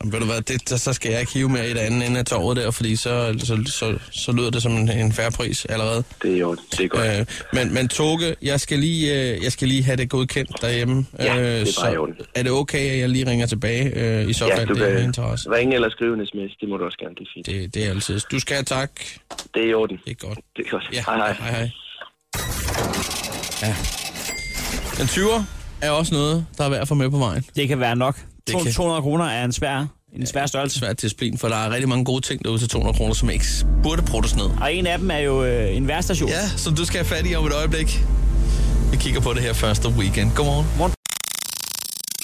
[SPEAKER 3] Jamen, ved du hvad, det, der, så skal jeg ikke hive mere i det andet ende af torvet der, fordi så, så, så, så lyder det som en, en færre pris allerede.
[SPEAKER 11] Det er jo, det er godt.
[SPEAKER 3] Øh, men, men Toge, jeg skal, lige, øh, jeg skal lige have det godkendt derhjemme.
[SPEAKER 11] Ja,
[SPEAKER 3] Øh,
[SPEAKER 11] det er bare i
[SPEAKER 3] så
[SPEAKER 11] orden.
[SPEAKER 3] er det okay, at jeg lige ringer tilbage øh, i så
[SPEAKER 11] Ja,
[SPEAKER 3] fald?
[SPEAKER 11] du
[SPEAKER 3] det er med
[SPEAKER 11] kan
[SPEAKER 3] interesse.
[SPEAKER 11] ringe eller skrive en sms. Det må du også gerne, det er fint.
[SPEAKER 3] Det, det er altid. Du skal have tak.
[SPEAKER 11] Det er i orden.
[SPEAKER 3] Det er godt.
[SPEAKER 11] Det er godt.
[SPEAKER 3] Ja,
[SPEAKER 11] Hej, hej.
[SPEAKER 3] hej, hej. Ja. Den 20'er er også noget, der er værd at få med på vejen.
[SPEAKER 4] Det kan være nok.
[SPEAKER 3] Det
[SPEAKER 4] To-
[SPEAKER 3] kan.
[SPEAKER 4] 200 kroner er en svær, en svær størrelse.
[SPEAKER 3] Svært disciplin, for der er rigtig mange gode ting derude til 200 kroner, som ikke burde bruges ned.
[SPEAKER 4] Og en af dem er jo øh, en værstation.
[SPEAKER 3] Ja, som du skal have fat i om et øjeblik. Vi kigger på det her første weekend. Godmorgen. Morgen.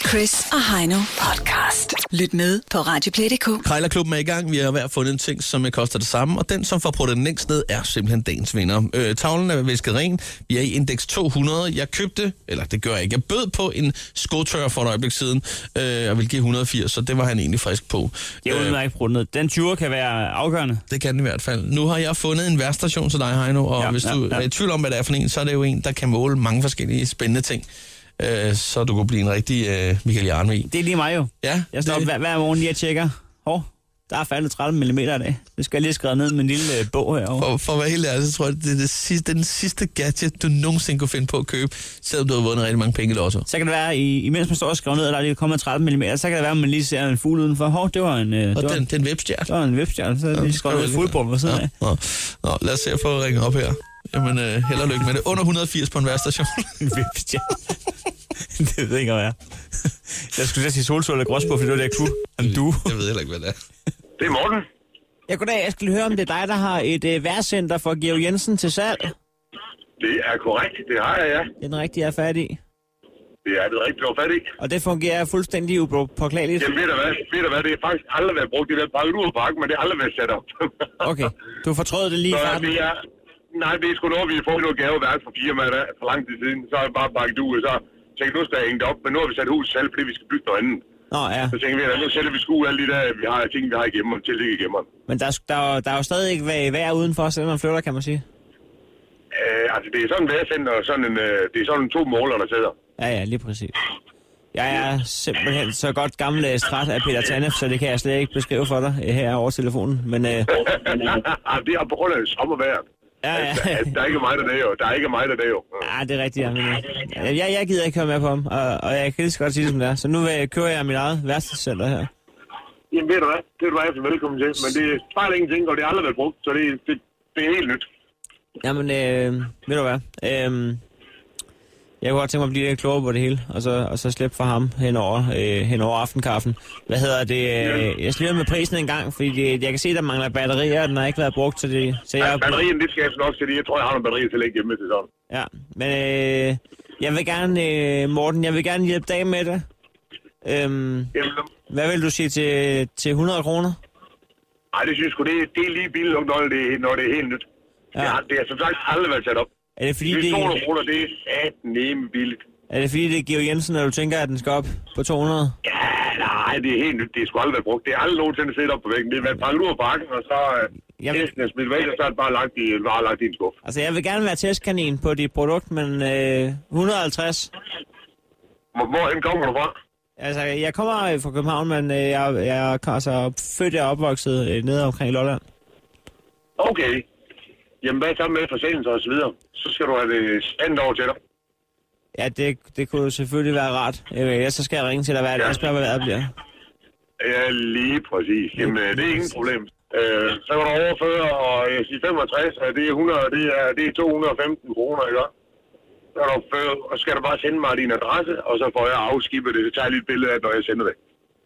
[SPEAKER 2] Chris og Heino podcast. Lyt med på Radioplay.dk.
[SPEAKER 3] Krejlerklubben er i gang. Vi har hver fundet en ting, som øh, koster det samme, og den, som får på den længst ned, er simpelthen dagens vinder. Øh, tavlen er visket ren. Vi er i indeks 200. Jeg købte, eller det gør jeg ikke, jeg bød på en skotør for et øjeblik siden, øh, og ville give 180, så det var han egentlig frisk på. Øh,
[SPEAKER 4] Det er udmærket rundet. Den 20 kan være afgørende.
[SPEAKER 3] Det kan den i hvert fald. Nu har jeg fundet en værstation til dig, Heino, og
[SPEAKER 4] Ja,
[SPEAKER 3] ja, hvis
[SPEAKER 4] ja,
[SPEAKER 3] du
[SPEAKER 4] ja.
[SPEAKER 3] er i tvivl om, hvad det er for en, så er det jo en, der kan måle mange forskellige spændende ting, øh, så du kan blive en rigtig øh, Michael Jarnvig.
[SPEAKER 4] Det er lige mig jo.
[SPEAKER 3] Ja,
[SPEAKER 4] jeg står op hver, hver morgen lige og tjekker. Hov, der er faldet 30 mm i dag. Det skal jeg lige skrive ned i min lille øh, bog herovre.
[SPEAKER 3] For, for at være helt ærlig, så tror jeg, det er det sidste, den sidste gadget, du nogensinde kunne finde på at købe, selvom du har vundet rigtig mange penge i lotto.
[SPEAKER 4] Så kan det være, i, imens man står og skriver ned, at der er lige kommet 30 mm, så kan det være, at man lige ser en fugl udenfor. Hov, det var en... Øh, det,
[SPEAKER 3] Og
[SPEAKER 4] var,
[SPEAKER 3] den, den vipstjerne.
[SPEAKER 4] det var en vipstjerne, så ja, lige skrevet ned i fuglebomber.
[SPEAKER 3] ja,
[SPEAKER 4] Sådan ja.
[SPEAKER 3] nå, nå, lad os se at få ringe op her. Jamen, øh, held og lykke med det. Under 180 på en værstation.
[SPEAKER 4] en vipstjerne. det ved jeg ikke, hvad jeg er. Jeg skulle til at sige solsol eller gråsbog, fordi det var det, jeg kunne. Han du.
[SPEAKER 3] Jeg ved heller ikke, hvad det er.
[SPEAKER 12] Det er Morten.
[SPEAKER 4] Ja, goddag. Jeg skal lige høre, om det er dig, der har et øh, værtscenter for Georg Jensen til salg.
[SPEAKER 12] Det er korrekt. Det har jeg, ja.
[SPEAKER 4] Den rigtige er fat i.
[SPEAKER 12] Det er det rigtigt, du har fat i.
[SPEAKER 4] Og det fungerer fuldstændig upåklageligt.
[SPEAKER 12] Jamen ved du hvad, ved du hvad, det er faktisk aldrig været brugt i den pakke. Du har pakke, men det har aldrig været sat op.
[SPEAKER 4] Okay, du fortrød det lige i
[SPEAKER 12] Så
[SPEAKER 4] farten.
[SPEAKER 12] det er, nej, det er sgu noget, vi har fået noget gaveværk fra firmaet der for lang tid siden. Så har jeg bare pakket det ud, og så tænkte jeg, nu skal jeg hænge det op, men nu har vi sat huset selv, fordi vi skal bygge noget andet.
[SPEAKER 4] Nå ja,
[SPEAKER 12] Så tænkte vi, at nu sælger vi sgu alle de der, vi har ting, vi har i gemmeren, til at ligge i gemmeren.
[SPEAKER 4] men der, er sk- der, er jo- der er jo stadig ikke vær, vejr udenfor, selvom man flytter, kan man sige.
[SPEAKER 12] Øh, altså, det er sådan en vejrcenter, og sådan en, øh, det er sådan to måler, der sidder.
[SPEAKER 4] Ja, ja, lige præcis. Jeg er simpelthen så godt gammeldags træt af Peter Tanef, så det kan jeg slet ikke beskrive for dig øh, her over telefonen. Men øh,
[SPEAKER 12] Jamen, det er på grund af sommervejret.
[SPEAKER 4] Ja, ja.
[SPEAKER 12] Altså, altså, der er ikke mig, der er det jo. Der er ikke mig, der er det jo.
[SPEAKER 4] ja, det er rigtigt. Jeg, mener. jeg, jeg gider ikke høre med på ham, og, og jeg kan lige så godt sige det, som det er. Så nu øh, kører jeg mit eget værtscenter her.
[SPEAKER 12] Jamen, ved du hvad? Det er du i velkommen til. Men det fejler ingenting, og det har aldrig været brugt, så det, det, det er helt nyt.
[SPEAKER 4] Jamen, øh, ved du hvad? Øh, jeg kunne godt tænke mig at blive lidt klogere på det hele, og så, og så slippe for ham henover, øh, henover aftenkaffen. Hvad hedder det? Øh, jeg slider med prisen en gang, fordi det, jeg kan se, der mangler batterier, og den har ikke været brugt, så, det, så
[SPEAKER 12] Ja,
[SPEAKER 4] jeg...
[SPEAKER 12] Altså, batterien, det skal jeg nok til. Jeg tror, jeg har nogle batterier til at lægge hjemme til sådan.
[SPEAKER 4] Ja, men øh, jeg vil gerne, øh, Morten, jeg vil gerne hjælpe dig med det. Øhm, hvad vil du sige til, til 100 kroner?
[SPEAKER 12] Nej, det synes jeg sgu, det, det er lige billigt nok, når det, når det er helt nyt. Ja. Det, har, det har som sagt aldrig været sat op.
[SPEAKER 4] Er det fordi,
[SPEAKER 12] det
[SPEAKER 4] det-
[SPEAKER 12] er... 200 kroner, det er satan nemme billigt.
[SPEAKER 4] Er det fordi, det er Georg Jensen, og du tænker, at den skal op på 200?
[SPEAKER 12] Ja, Ah, nej, det er helt nyt. Det er sgu aldrig været brugt. Det er aldrig nogensinde set op på væggen. Det har været pakket ud af pakken, og så øh, næsten er smidt væk, og så er det bare lagt i, bare lagt i en skuff.
[SPEAKER 4] Altså, jeg vil gerne være testkanin på dit produkt, men øh, 150?
[SPEAKER 12] Hvor, hvorhen kommer du fra?
[SPEAKER 4] Altså, jeg kommer øh, fra København, men øh, jeg, jeg er altså, født og opvokset øh, nede omkring Lolland.
[SPEAKER 12] Okay. Jamen, hvad så med forsendelser og så videre? Så skal du have det sandt over til dig.
[SPEAKER 4] Ja, det, det kunne jo selvfølgelig være rart. Øh, ellers så skal jeg ringe til dig, hvad jeg spørger, hvad vejret bliver.
[SPEAKER 12] Ja, lige præcis. Jamen, øh, det er ingen problem. Øh, så kan du overføre, og jeg siger 65, og det er, 100, det er, det er 215 kroner, ikke? også? Så kan du føre, og så skal du bare sende mig din adresse, og så får jeg afskibet det. Så tager jeg lige et billede af det, når jeg sender det.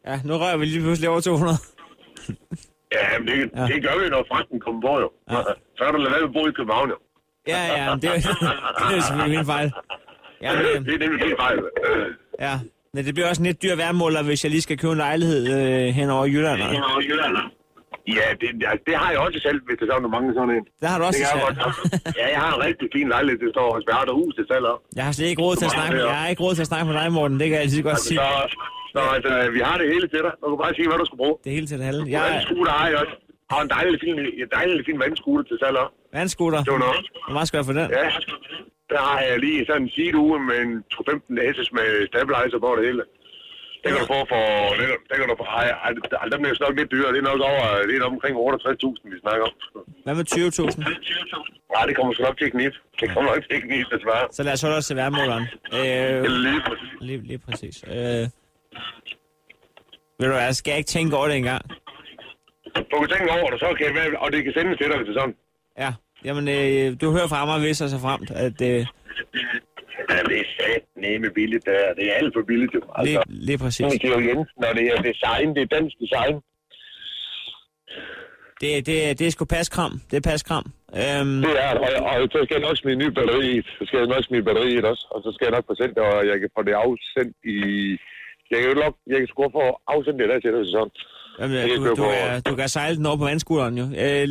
[SPEAKER 4] Ja, nu rører vi lige pludselig over 200.
[SPEAKER 12] Ja, men det, ja. det gør vi, når fragten kommer på, jo. Ja. Så kan du lade være med at bo i København, jo.
[SPEAKER 4] Ja, ja, men det er, det er jo selvfølgelig min fejl. Ja, men,
[SPEAKER 12] det er nemlig helt fejl. Øh,
[SPEAKER 4] Ja, men det bliver også en lidt dyr værmåler, hvis jeg lige skal købe en lejlighed øh, hen over Jylland.
[SPEAKER 12] det er jo Jylland, jo. Ja, det, ja, det har jeg også selv, hvis der sådan mange sådan en.
[SPEAKER 4] Det har du også
[SPEAKER 12] det kan jeg
[SPEAKER 4] selv.
[SPEAKER 12] godt. Ja, jeg har en rigtig fin lejlighed, det står hos Værter Hus, det selv op.
[SPEAKER 4] Jeg har slet ikke råd til at snakke, jeg har ikke råd til at snakke med dig, Morten. Det kan jeg lige så godt sige.
[SPEAKER 12] Så, Så altså, vi har det hele til dig. Du kan bare sige, hvad du skal bruge.
[SPEAKER 4] Det hele til det halve.
[SPEAKER 12] Jeg...
[SPEAKER 4] Jeg-
[SPEAKER 12] Vandskuter har jeg også. Har en dejlig fin, en dejlig fin vandskuter til salg også.
[SPEAKER 4] Vandskuter.
[SPEAKER 12] Det var noget.
[SPEAKER 4] Hvor meget skal jeg få den?
[SPEAKER 12] Ja, der har jeg lige sådan en sideuge med en 15 SS med stabilizer på det hele. Den kan du få for... Den, kan- den kan du få... Ej, ej, ej, den er jo nok lidt dyrere. Det er nok over... Det er nok omkring 68.000, vi snakker om.
[SPEAKER 4] Hvad med 20.000?
[SPEAKER 12] Nej, det kommer så nok til knip. Det kommer nok til knip, desværre.
[SPEAKER 4] Så lad os holde os til værmåleren. Øh,
[SPEAKER 12] lige præcis.
[SPEAKER 4] Lige, lige præcis. Øh, ved du hvad, skal jeg ikke tænke over det engang?
[SPEAKER 12] Du kan tænke over det, så kan jeg, og det kan sendes til dig, hvis det er sådan.
[SPEAKER 4] Ja, jamen øh, du hører fra mig, hvis og så fremt, at øh,
[SPEAKER 12] Ja, det er sat nemme billigt, det er. Det er alt for billigt, jo. Altså,
[SPEAKER 4] lige, lige præcis.
[SPEAKER 12] Det er jo Jensen, og det er design, det er dansk design.
[SPEAKER 4] det, det, det er sgu paskram. Det er paskram. Øhm,
[SPEAKER 13] Det er, og, og så skal jeg nok smide nye batteri i. Så skal jeg nok smide batteri i også. Og så skal jeg nok få sendt, det, og jeg kan få det afsendt i... Jeg kan jo nok, jeg kan sgu godt få afsendt det der til det sæson.
[SPEAKER 4] Jamen,
[SPEAKER 13] Jeg kan
[SPEAKER 4] du,
[SPEAKER 13] købe
[SPEAKER 4] du,
[SPEAKER 13] på-
[SPEAKER 4] er, du kan sejle den over på vandskulderen jo. Øh,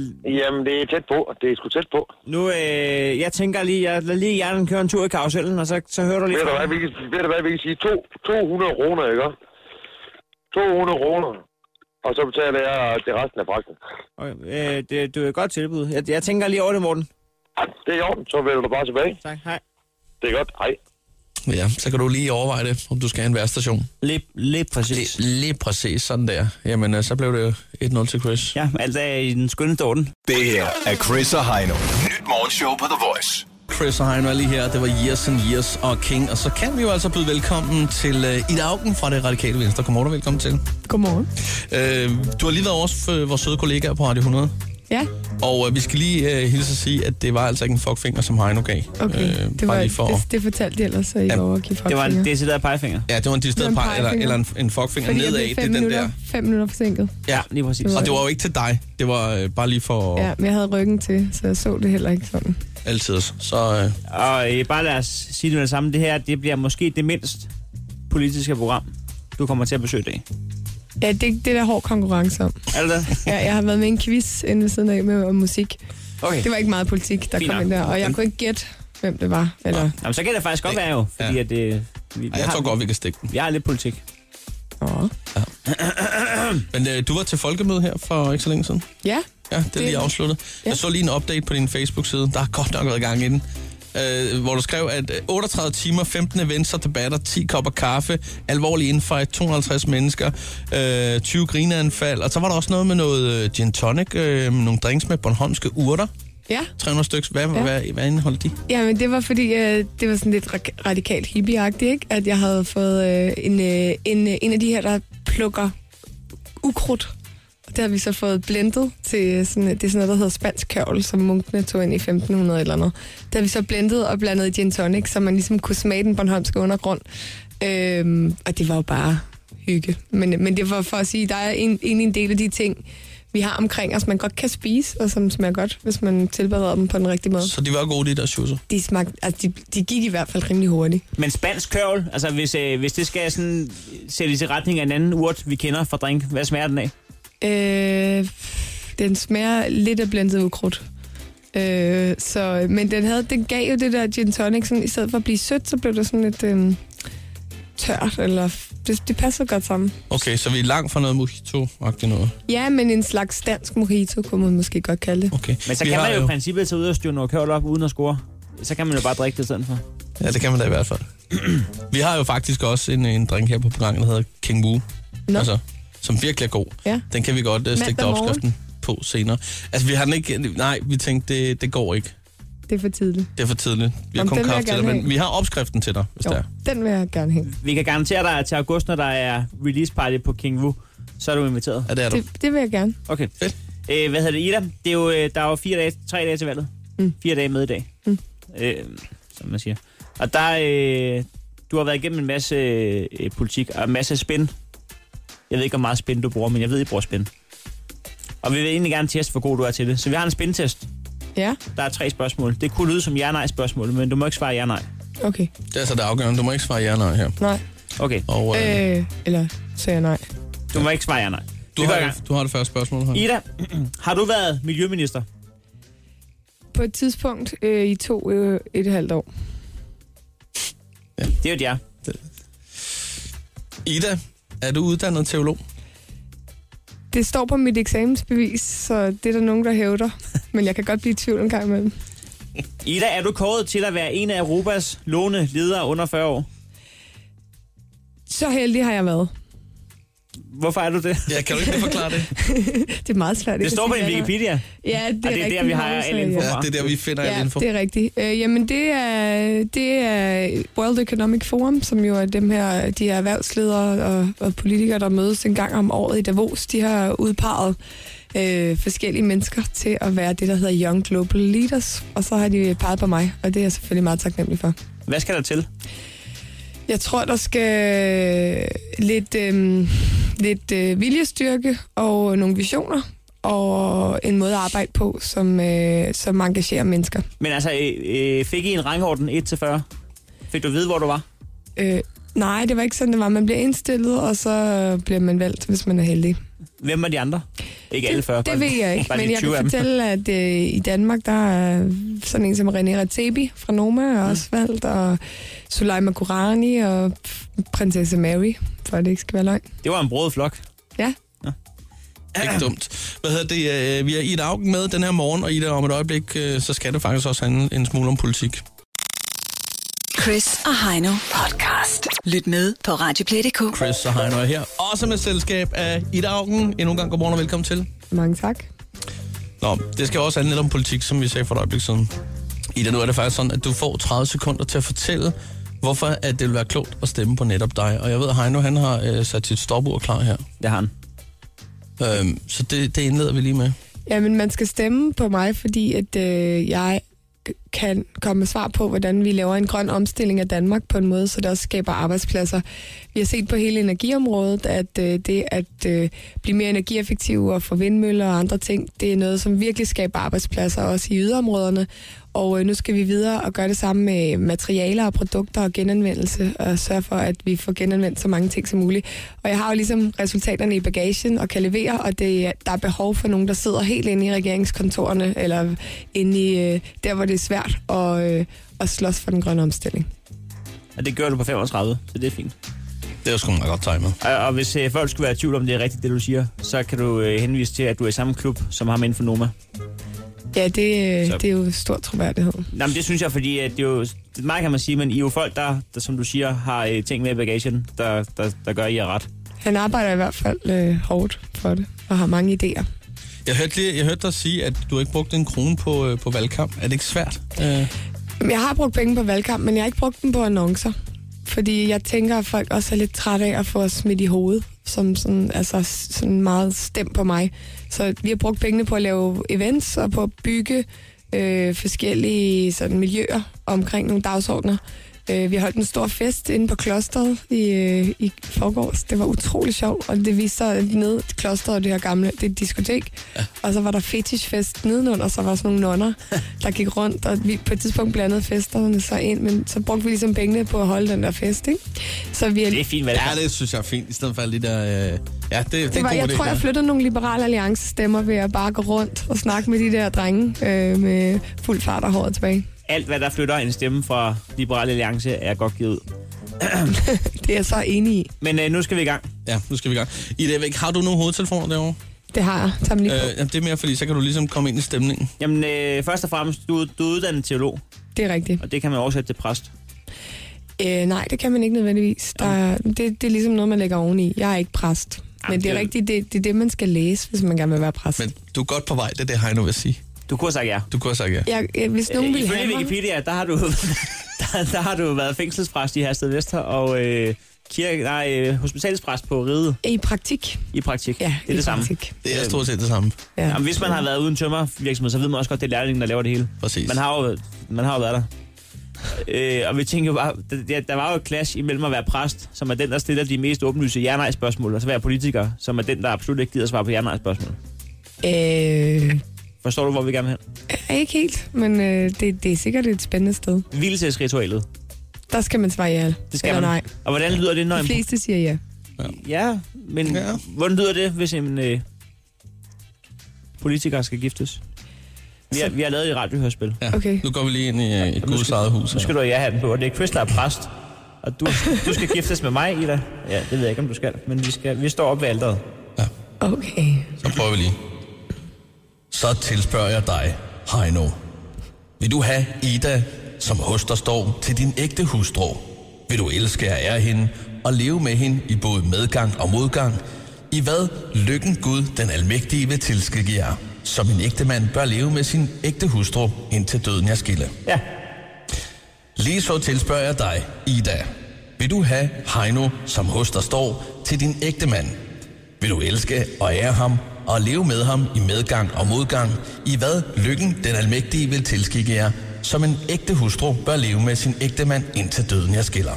[SPEAKER 13] Jamen, det er tæt på. Det er sgu tæt på.
[SPEAKER 4] nu, øh, jeg tænker lige, jeg lader lige hjernen køre en tur i karusellen, og så, så hører du lige
[SPEAKER 13] Ved du
[SPEAKER 4] fra
[SPEAKER 13] hvad,
[SPEAKER 4] mig.
[SPEAKER 13] vi kan, ved du hvad, vi kan sige? To, 200 kroner, ikke? 200 kroner. Og så betaler jeg det resten af fragten.
[SPEAKER 4] Okay, øh, det, det er et godt tilbud. Jeg, jeg tænker lige over det, Morten.
[SPEAKER 13] Det er i orden. Så vender du bare tilbage.
[SPEAKER 4] Tak, hej.
[SPEAKER 13] Det er godt. Hej.
[SPEAKER 3] Ja, så kan du lige overveje det, om du skal have en værstation.
[SPEAKER 4] Lige, lige præcis.
[SPEAKER 3] Lige, lige præcis, sådan der. Jamen, øh, så blev det jo 1-0 til Chris.
[SPEAKER 4] Ja, alt er i den skønne dorden.
[SPEAKER 10] Det her er Chris og Heino. Nyt morgenshow på The Voice.
[SPEAKER 3] Chris og Hein var lige her, det var Years and Years og King, og så kan vi jo altså byde velkommen til øh, Ida Augen fra det radikale venstre. Godmorgen og velkommen til.
[SPEAKER 14] Godmorgen.
[SPEAKER 3] Øh, du har lige været over for vores søde kollegaer på Radio 100,
[SPEAKER 14] Ja,
[SPEAKER 3] og øh, vi skal lige øh, hilse at sige, at det var altså ikke en fuckfinger, som Heino gav.
[SPEAKER 14] okay. Øh, det, var,
[SPEAKER 3] bare lige for at-
[SPEAKER 14] det, det fortalte de ellers, så I ja, over at give
[SPEAKER 3] det var en
[SPEAKER 14] fuckfinger.
[SPEAKER 4] decideret pegefinger.
[SPEAKER 3] Ja, det var en decideret
[SPEAKER 14] Det var en
[SPEAKER 3] pege, eller,
[SPEAKER 14] pegefinger.
[SPEAKER 3] eller en, en fuckfinger
[SPEAKER 14] Fordi jeg blev
[SPEAKER 3] nedad. Det er
[SPEAKER 14] fem,
[SPEAKER 3] den
[SPEAKER 14] minutter,
[SPEAKER 3] der.
[SPEAKER 14] fem minutter forsinket.
[SPEAKER 3] Ja,
[SPEAKER 4] lige præcis.
[SPEAKER 3] Og det var jo ikke til dig. Det var øh, bare lige for
[SPEAKER 14] Ja,
[SPEAKER 3] ja.
[SPEAKER 14] men jeg havde ryggen til, så jeg så det heller ikke sådan.
[SPEAKER 3] altid. Så, øh,
[SPEAKER 4] Og øh, bare lad os sige det med det samme. Det her det bliver måske det mindst politiske program, du kommer til at besøge i dag.
[SPEAKER 14] Ja, det, det er der hård konkurrence om.
[SPEAKER 4] Er det det?
[SPEAKER 14] Ja, jeg har været med i en quiz inde ved siden af med om musik.
[SPEAKER 4] Okay.
[SPEAKER 14] Det var ikke meget politik, der
[SPEAKER 4] Fint
[SPEAKER 14] kom
[SPEAKER 4] nok.
[SPEAKER 14] ind der, og jeg kunne ikke gætte, hvem det var. Eller,
[SPEAKER 4] Jamen, så kan det faktisk godt være jo, fordi ja. at... Øh, vi, jeg
[SPEAKER 3] tror godt, vi kan stikke den.
[SPEAKER 4] Jeg har lidt politik.
[SPEAKER 3] Men øh, du var til folkemøde her for ikke så længe siden.
[SPEAKER 14] ja,
[SPEAKER 3] Ja, det er lige afsluttet. Ja. Jeg så lige en update på din Facebook-side. Der har godt nok været gang i den. Øh, hvor du skrev, at øh, 38 timer, 15 events og debatter, 10 kopper kaffe, alvorlig infight, 250 mennesker, øh, 20 grineanfald, og så var der også noget med noget øh, gin tonic, øh, nogle drinks med Bornholmske urter,
[SPEAKER 14] ja.
[SPEAKER 3] 300 stykker. Hvad, ja.
[SPEAKER 14] Ja.
[SPEAKER 3] hvad, hvad indeholdt de?
[SPEAKER 14] Ja, men det var fordi, øh, det var sådan lidt ra- radikalt hippieagtigt, ikke? At jeg havde fået øh, en, øh, en, øh, en af de her, der plukker ukrudt. Og det har vi så fået blendet til sådan, det er sådan noget, der hedder spansk kørvel, som munkene tog ind i 1500 eller noget. Det har vi så blendet og blandet i gin tonic, så man ligesom kunne smage den bornholmske undergrund. Øhm, og det var jo bare hygge. Men, men det var for at sige, der er en, egentlig en del af de ting, vi har omkring os, man godt kan spise, og som smager godt, hvis man tilbereder dem på den rigtige måde.
[SPEAKER 3] Så de var gode, de der schusser.
[SPEAKER 14] De, smagte, altså de, de gik i hvert fald rimelig hurtigt.
[SPEAKER 4] Men spansk kørvel, altså hvis, øh, hvis det skal sådan sættes i retning af en anden urt, vi kender fra drink, hvad smager den af?
[SPEAKER 14] Øh, den smager lidt af blandet ukrudt. Øh, så, men den, havde, den gav jo det der gin tonic, sådan, i stedet for at blive sødt, så blev det sådan lidt øh, tørt. Eller, det, det passede godt sammen.
[SPEAKER 3] Okay, så vi er langt fra noget mojito-agtigt noget.
[SPEAKER 14] Ja, men en slags dansk mojito, kunne man måske godt kalde det.
[SPEAKER 3] Okay.
[SPEAKER 4] Men så
[SPEAKER 3] Vi
[SPEAKER 4] Altså, kan
[SPEAKER 3] har
[SPEAKER 4] man jo
[SPEAKER 3] jo-
[SPEAKER 4] i princippet tage ud og styre noget kørvel op uden at score. Så kan man jo bare drikke det i stedet for.
[SPEAKER 3] Ja, det kan man da i hvert fald. vi har jo faktisk også en, en drink her på programmet, der hedder King Moo.
[SPEAKER 14] Nå.
[SPEAKER 3] Altså, som virkelig er god.
[SPEAKER 14] Ja.
[SPEAKER 3] Den kan vi godt uh, stikke
[SPEAKER 14] Mandag
[SPEAKER 3] dig
[SPEAKER 14] morgen.
[SPEAKER 3] opskriften på senere. Altså, vi har den ikke... Nej, vi tænkte, det, det går ikke.
[SPEAKER 14] Det er for tidligt.
[SPEAKER 3] Det er for tidligt. Vi har
[SPEAKER 14] Jamen,
[SPEAKER 3] kun
[SPEAKER 14] den vil jeg
[SPEAKER 3] kaffe til dig,
[SPEAKER 14] gerne
[SPEAKER 3] men
[SPEAKER 14] have.
[SPEAKER 3] vi har opskriften til dig, hvis
[SPEAKER 14] Jo,
[SPEAKER 3] det er.
[SPEAKER 14] den vil jeg gerne hænge.
[SPEAKER 4] Vi kan garantere dig, at til august, når der er release party på King Wu, så er du inviteret.
[SPEAKER 3] Ja, det er du.
[SPEAKER 14] Det, det vil jeg gerne.
[SPEAKER 4] Okay. Fedt. Øh, hvad hedder det, Ida? Det er jo, øh, der er jo fire dage, tre dage til valget.
[SPEAKER 14] Mm.
[SPEAKER 4] Fire dage med i dag.
[SPEAKER 14] Mm.
[SPEAKER 4] Øh, som man siger. Og der, øh, du har været igennem en masse øh, politik og en masse spin. Jeg ved ikke, hvor meget spin du bruger, men jeg ved, I bruger spin. Og vi vil egentlig gerne teste, hvor god du er til det. Så vi har en spin-test.
[SPEAKER 14] Ja,
[SPEAKER 4] Der er tre spørgsmål. Det kunne lyde som ja-nej-spørgsmål, men du må ikke svare ja-nej.
[SPEAKER 14] okay.
[SPEAKER 3] Det er altså det afgørende. Du må ikke svare ja nej her.
[SPEAKER 14] Nej.
[SPEAKER 4] Okay.
[SPEAKER 3] Og, øh,
[SPEAKER 14] Øh, eller sagde jeg nej.
[SPEAKER 4] Du må ikke svare ja-nej.
[SPEAKER 3] du,
[SPEAKER 4] Vi går i
[SPEAKER 3] har,
[SPEAKER 4] gang.
[SPEAKER 3] du har det første spørgsmål her.
[SPEAKER 4] Ida, har du været miljøminister?
[SPEAKER 14] På et tidspunkt øh, i to, øh, et halvt år.
[SPEAKER 4] Det er jo et ja.
[SPEAKER 3] Ida, Er du uddannet teolog?
[SPEAKER 14] Det står på mit eksamensbevis, så det er der nogen, der hævder. Men jeg kan godt blive i tvivl en gang imellem.
[SPEAKER 4] Ida, er du kåret til at være en af Europas låne ledere under 40 år?
[SPEAKER 14] Så heldig har jeg været.
[SPEAKER 4] Hvorfor er du det?
[SPEAKER 3] Ja, kan du ikke forklare det?
[SPEAKER 14] det er meget svært. ikke
[SPEAKER 4] Det
[SPEAKER 14] at
[SPEAKER 4] står
[SPEAKER 14] sige,
[SPEAKER 4] på din
[SPEAKER 14] hvad der-
[SPEAKER 4] Wikipedia.
[SPEAKER 14] Ja, det er,
[SPEAKER 4] Og det er
[SPEAKER 14] rigtigt,
[SPEAKER 4] der, vi har
[SPEAKER 14] Magnus,
[SPEAKER 4] al info
[SPEAKER 14] ja.
[SPEAKER 3] Ja, det er der, vi finder
[SPEAKER 14] ja,
[SPEAKER 3] al info.
[SPEAKER 14] det er rigtigt. Øh, jamen, det er, det er World Economic Forum, som jo er dem her, de her erhvervsledere og, og politikere, der mødes en gang om året i Davos. De har udpeget øh, forskellige mennesker til at være det, der hedder Young Global Leaders. Og så har de peget på mig, og det er jeg selvfølgelig meget taknemmelig for.
[SPEAKER 4] Hvad skal der til?
[SPEAKER 14] Jeg tror, der skal lidt, øh, lidt øh, viljestyrke og nogle visioner og en måde at arbejde på, som, øh, som engagerer mennesker.
[SPEAKER 4] Men altså, øh, øh, fik I en rangorden 1-40? Fik du at vide, hvor du var?
[SPEAKER 14] Øh, nej, det var ikke sådan, det var. Man bliver indstillet, og så øh, bliver man valgt, hvis man er heldig.
[SPEAKER 4] Hvem var de andre? Ikke alle 40.
[SPEAKER 14] Det ved jeg ikke,
[SPEAKER 4] bare
[SPEAKER 14] men
[SPEAKER 4] de
[SPEAKER 14] jeg
[SPEAKER 4] 20
[SPEAKER 14] kan
[SPEAKER 4] af dem.
[SPEAKER 14] fortælle, at øh, i Danmark, der er sådan en som René Ratebi fra Noma
[SPEAKER 4] Mm.
[SPEAKER 14] er også valgt, og Suleima Kurani og prinsesse Mary, for at det ikke skal være løgn.
[SPEAKER 4] Det var en brød flok.
[SPEAKER 14] Ja.
[SPEAKER 3] Ikke dumt. Hvad hedder det? øh, Vi har Ida Augen med den her morgen, og Ida, om et øjeblik, øh, så skal det faktisk også handle en smule om politik.
[SPEAKER 2] Chris og Heino podcast. Lyt med på Radioplay.dk.
[SPEAKER 3] Chris og Heino er her, også med selskab af Ida Augen. Endnu en gang godmorgen og velkommen til.
[SPEAKER 14] Mange tak.
[SPEAKER 3] Nå, det skal også handle lidt om politik, som vi sagde for et øjeblik siden. Ida, nu er det faktisk sådan, at du får 30 sekunder til at fortælle, hvorfor at det vil være klogt at stemme på netop dig. Og jeg ved, at Heino han har øh, sat sit stopur klar her.
[SPEAKER 4] Det har han.
[SPEAKER 3] Øhm, så det, det indleder vi lige med.
[SPEAKER 14] Jamen, man skal stemme på mig, fordi at øh, jeg kan komme med svar på, hvordan vi laver en grøn omstilling af Danmark på en måde, så det også skaber arbejdspladser. Vi har set på hele energiområdet, at øh, det at øh, blive mere energieffektiv og få vindmøller og andre ting, det er noget, som virkelig skaber arbejdspladser, også i yderområderne. Og øh, nu skal vi videre og gøre det samme med materialer og produkter og genanvendelse, og sørge for, at vi får genanvendt så mange ting som muligt. Og jeg har jo ligesom resultaterne i bagagen og kan levere, og det, er- der er behov for nogen, der sidder helt inde i regeringskontorerne, eller inde i øh, der, hvor det er svært at, øh, at slås for den grønne omstilling.
[SPEAKER 4] Og det gør du på 35, så det er fint.
[SPEAKER 3] Det er jo sgu meget godt timet.
[SPEAKER 4] Og, og hvis øh, folk skulle være i tvivl om, det er rigtigt, det du siger, så kan du øh, henvise til, at du er i samme klub som ham inden for Noma.
[SPEAKER 14] Ja, det, øh,
[SPEAKER 4] Så-
[SPEAKER 14] det er jo stor troværdighed.
[SPEAKER 4] Nå, men det synes jeg, fordi at det er jo, det er meget kan man sige, men I er jo folk, der, der som du siger, har øh, ting med i bagagen, der, der, der gør, at I er ret.
[SPEAKER 14] Han arbejder i hvert fald øh, hårdt for det, og har mange idéer.
[SPEAKER 3] Jeg hørte, lige, jeg hørte dig sige, at du ikke brugte en krone på, øh, på valgkamp. Er det ikke svært? Øh,
[SPEAKER 14] Jamen, Jeg har brugt penge på valgkamp, men jeg har ikke brugt dem på annoncer. Fordi jeg tænker, at folk også er lidt trætte af at få os smidt i hovedet, som sådan, altså, sådan meget stem på mig. Så vi har brugt pengene på at lave events og på at bygge øh, forskellige sådan, miljøer omkring nogle dagsordner. Øh, vi har holdt en stor fest inde på klosteret i, øh, i forgårs. Det var utrolig sjovt, og det viste sig at nede i klosteret, det her gamle, det er et diskotek. Ja. Og så var der fetishfest nedenunder, så var sådan nogle nonner, der gik rundt, og vi på et tidspunkt blandede festerne så ind, men så brugte vi ligesom pengene på at holde den der fest, ikke? Så vi
[SPEAKER 4] Det er fint valgkamp.
[SPEAKER 3] ja, det synes jeg er fint, i stedet for alle de der... Øh, ja, det, det, er
[SPEAKER 14] det var,
[SPEAKER 3] en god
[SPEAKER 14] jeg
[SPEAKER 3] idé,
[SPEAKER 14] tror, jeg
[SPEAKER 3] ja.
[SPEAKER 14] flyttede nogle liberale alliance stemmer ved at bare gå rundt og snakke med de der drenge øh, med fuld fart og håret tilbage.
[SPEAKER 4] Alt, hvad der flytter en stemme fra Liberale Alliance, er godt givet ud.
[SPEAKER 14] Det er jeg så enig i.
[SPEAKER 4] Men øh, nu skal vi i gang.
[SPEAKER 3] Ja, nu skal vi i gang. Ida, Væk, har du nogle hovedtelefoner derovre?
[SPEAKER 14] Det har jeg. Tag dem lige på.
[SPEAKER 3] Øh, jamen, det er mere, fordi så kan du ligesom komme ind i stemningen.
[SPEAKER 4] Jamen, øh, først og fremmest, du, du er uddannet teolog,
[SPEAKER 14] Det er rigtigt.
[SPEAKER 4] og det kan man oversætte til præst.
[SPEAKER 14] Øh, nej, det kan man ikke nødvendigvis. Der, det, det er ligesom noget, man lægger oveni. Jeg er ikke præst. Men det er
[SPEAKER 3] det-
[SPEAKER 14] rigtigt, det, det er det, man skal læse, hvis man gerne vil være præst. Men...
[SPEAKER 3] Du er godt på vej, det er det, Heino vil sige.
[SPEAKER 4] Du kunne have sagt ja.
[SPEAKER 3] Du kunne have sagt ja.
[SPEAKER 14] Jeg, øh, hvis nogen
[SPEAKER 4] Øh,
[SPEAKER 14] vil
[SPEAKER 4] Ifølge
[SPEAKER 14] have mig,
[SPEAKER 4] Wikipedia, der har du, der, der har du været fængselspræst i Hersted Vester, og øh, kirke, nej, øh, hospitalspræst på Ride
[SPEAKER 14] i praktik.
[SPEAKER 4] i praktik.
[SPEAKER 14] Ja,
[SPEAKER 4] det er
[SPEAKER 14] i
[SPEAKER 4] det samme.
[SPEAKER 14] praktik.
[SPEAKER 3] Det er stort set det samme.
[SPEAKER 14] Ja.
[SPEAKER 4] Jamen, hvis man har været uden tømmervirksomhed, så ved man også godt, det er lærlingen, der laver det hele.
[SPEAKER 3] Præcis.
[SPEAKER 4] Man har jo, man har jo været der. Øh, og vi tænker jo bare, der, der var jo et clash imellem at være præst, som er den, der stiller de mest åbenlyse ja-nej-spørgsmål, og så være politiker, som er den, der absolut ikke gider svare på ja-nej-spørgsmål.
[SPEAKER 14] Øh,
[SPEAKER 4] Forstår du, hvor vi gerne vil hen?
[SPEAKER 14] er ikke helt, men øh, det, det er sikkert et spændende sted.
[SPEAKER 4] Hvilesesritualet.
[SPEAKER 14] Der skal man svare ja
[SPEAKER 4] Det skal
[SPEAKER 14] eller
[SPEAKER 4] man.
[SPEAKER 14] nej.
[SPEAKER 4] Og hvordan lyder det, når
[SPEAKER 14] De
[SPEAKER 4] en...
[SPEAKER 14] fleste siger ja.
[SPEAKER 4] Ja, men ja. hvordan lyder det, hvis en øh, politiker skal giftes? Vi har, vi har lavet et radiohørspil.
[SPEAKER 3] Ja. Nu går vi lige ind i øh, et guds eget hus.
[SPEAKER 4] Så skal du have ja-hatten på, og det er Chris, der er præst. Og du, du skal giftes med mig, Ida. Ja, det ved jeg ikke, om du skal. Men vi, skal, vi står op ved alderet.
[SPEAKER 14] Okay.
[SPEAKER 3] Så prøver vi lige. Så tilspørger jeg dig, Heino. Vil du have Ida, som hos dig står, til din ægte hustru? Vil du elske og ære hende og leve med hende i både medgang og modgang? I hvad lykken Gud, den almægtige, vil tilskikke jer, som en ægte mand bør leve med sin ægte hustru, indtil døden jer skille.
[SPEAKER 4] Ja.
[SPEAKER 3] Lige så tilspørger jeg dig, Ida. Vil du have Heino, som hos dig står, til din ægte mand? Vil du elske og ære ham og leve med ham i medgang og modgang, i hvad lykken den almægtige vil tilskikke jer, som en ægte hustru bør leve med sin ægte mand indtil døden jer skiller?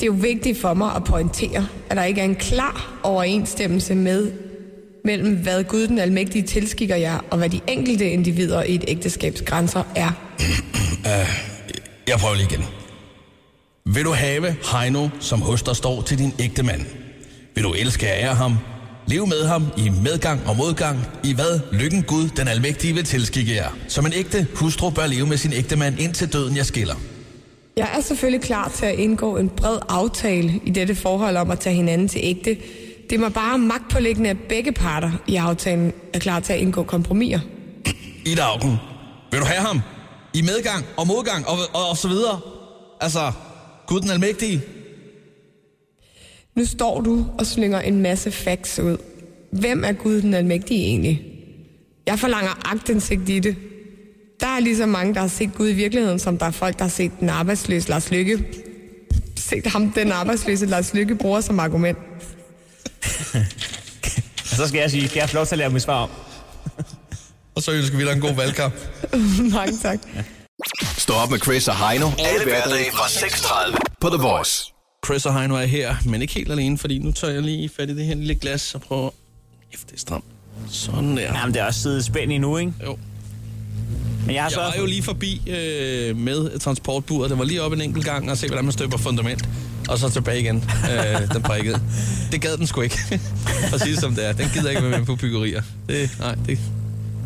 [SPEAKER 14] Det er jo vigtigt for mig at pointere, at der ikke er en klar overensstemmelse med mellem hvad Gud den almægtige tilskikker jer, og hvad de enkelte individer i et ægteskabs grænser er.
[SPEAKER 3] Uh, jeg prøver lige igen. Vil du have Heino, som hos dig står til din ægte mand? Vil du elske og ære ham? Lev med ham i medgang og modgang, i hvad lykken Gud, den almægtige, vil tilskikke jer. Som en ægte hustru bør leve med sin ægte mand, indtil døden jeg skiller.
[SPEAKER 14] Jeg er selvfølgelig klar til at indgå en bred aftale i dette forhold om at tage hinanden til ægte. Det må bare magtpålæggende, at begge parter i aftalen er klar til at indgå kompromiser.
[SPEAKER 3] Ida Augen, vil du have ham? I medgang og modgang og, og, og så videre. Altså, Gud den almægtige.
[SPEAKER 14] Nu står du og slynger en masse facts ud. Hvem er Gud den almægtige egentlig? Jeg forlanger agtindsigt i det. Der er lige så mange, der har set Gud i virkeligheden, som der er folk, der har set den arbejdsløse Lars Lykke. Set ham, den arbejdsløse Lars Lykke, bruger som argument.
[SPEAKER 4] Og så skal jeg sige, skal jeg få lov til at lave mit svar om?
[SPEAKER 3] Og så ønsker vi dig en god valgkamp.
[SPEAKER 14] Mange tak.
[SPEAKER 10] Stå op med Chris og Heino. Alle hverdage fra 6.30 på The Voice.
[SPEAKER 3] Chris og Heino er her, men ikke helt alene, fordi nu tager jeg lige fat i det her lille glas og prøver... Kæft, det er stramt. Sådan der.
[SPEAKER 4] Jamen, det er også siddet spændt endnu, ikke?
[SPEAKER 3] Jo.
[SPEAKER 4] Men jeg har
[SPEAKER 3] Jeg
[SPEAKER 4] sørget
[SPEAKER 3] var
[SPEAKER 4] for-
[SPEAKER 3] jo lige forbi øh, med transportburet. Den var lige op en enkelt gang og se, hvordan man støber fundament. Og så tilbage igen. Øh, den prikkede. Det gad den sgu ikke. Præcis som det er. Den gider ikke være med på byggerier. Det, nej, det,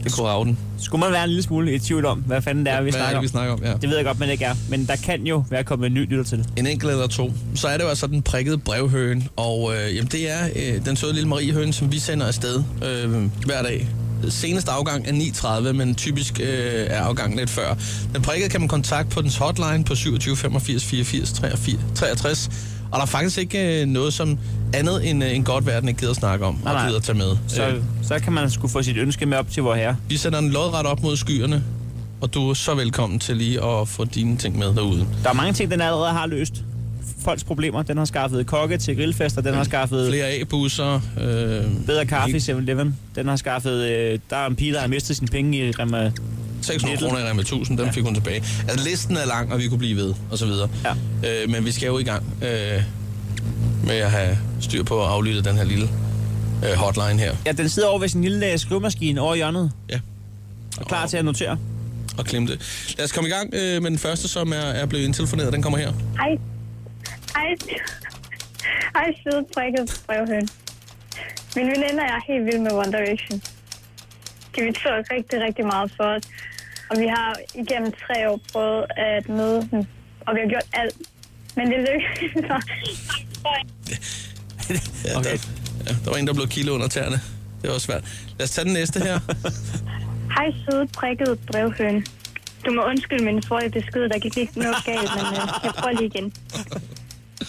[SPEAKER 3] det kunne rave den.
[SPEAKER 4] Skulle man være en lille smule i tvivl om, hvad fanden det er, vi,
[SPEAKER 3] Hvad er
[SPEAKER 4] snakker,
[SPEAKER 3] det, vi snakker om? Ja.
[SPEAKER 4] Det ved jeg godt, man ikke er. Men der kan jo være kommet en ny lytter til.
[SPEAKER 3] En enkelt eller to. Så er det jo altså den prikkede brevhøen. Og øh, jamen, det er øh, den søde lille Marie Høen, som vi sender afsted øh, hver dag. Seneste afgang er 9.30, men typisk øh, er afgangen lidt før. Den prikkede kan man kontakte på dens hotline på 27 85 84 83, 63. Og der er faktisk ikke øh, noget som andet end øh, en godt verden ikke gider snakke om og gider tage med.
[SPEAKER 4] Så,
[SPEAKER 3] Øh,
[SPEAKER 4] så kan man skulle få sit ønske med op til vor herre.
[SPEAKER 3] vi sender den lodret op mod skyerne, og du er så velkommen til lige at få dine ting med derude.
[SPEAKER 4] Der er mange ting, den allerede har løst. Folks problemer. Den har skaffet kokke til grillfester. Den har skaffet...
[SPEAKER 3] Flere A-busser. Øh,
[SPEAKER 4] bedre kaffe i 7-Eleven. Den har skaffet... Øh, der er en pige, der har mistet sine penge i Rema...
[SPEAKER 3] 600 kroner i Rema 1000, dem ja. fik hun tilbage. Altså, listen er lang, og vi kunne blive ved, og så videre. Ja. Øh, men vi skal jo i gang øh, med at have styr på at aflytte den her lille øh, hotline her.
[SPEAKER 4] Ja, den sidder over ved sin lille øh, skrivemaskine over i hjørnet.
[SPEAKER 3] Ja.
[SPEAKER 4] Og klar til at notere.
[SPEAKER 3] Og klemme det. Lad os komme i gang øh, med den første, som er, er blevet indtelefoneret. Den kommer her.
[SPEAKER 15] Hej. Hej. Hej, søde prikket brevhøn. Min veninde og jeg er helt vild med One Direction. De betyder rigtig, rigtig meget for os. Og vi har igennem tre år prøvet at møde dem. Og vi har gjort alt. Men det lykkedes os.
[SPEAKER 3] Ja, okay. der, ja, der var en, der blev kilo under tæerne. Det var svært. Lad os tage den næste her.
[SPEAKER 15] Hej, søde prikket brevhøn. Du må undskylde min forrige besked, der gik lidt noget galt, men øh, jeg prøver lige igen.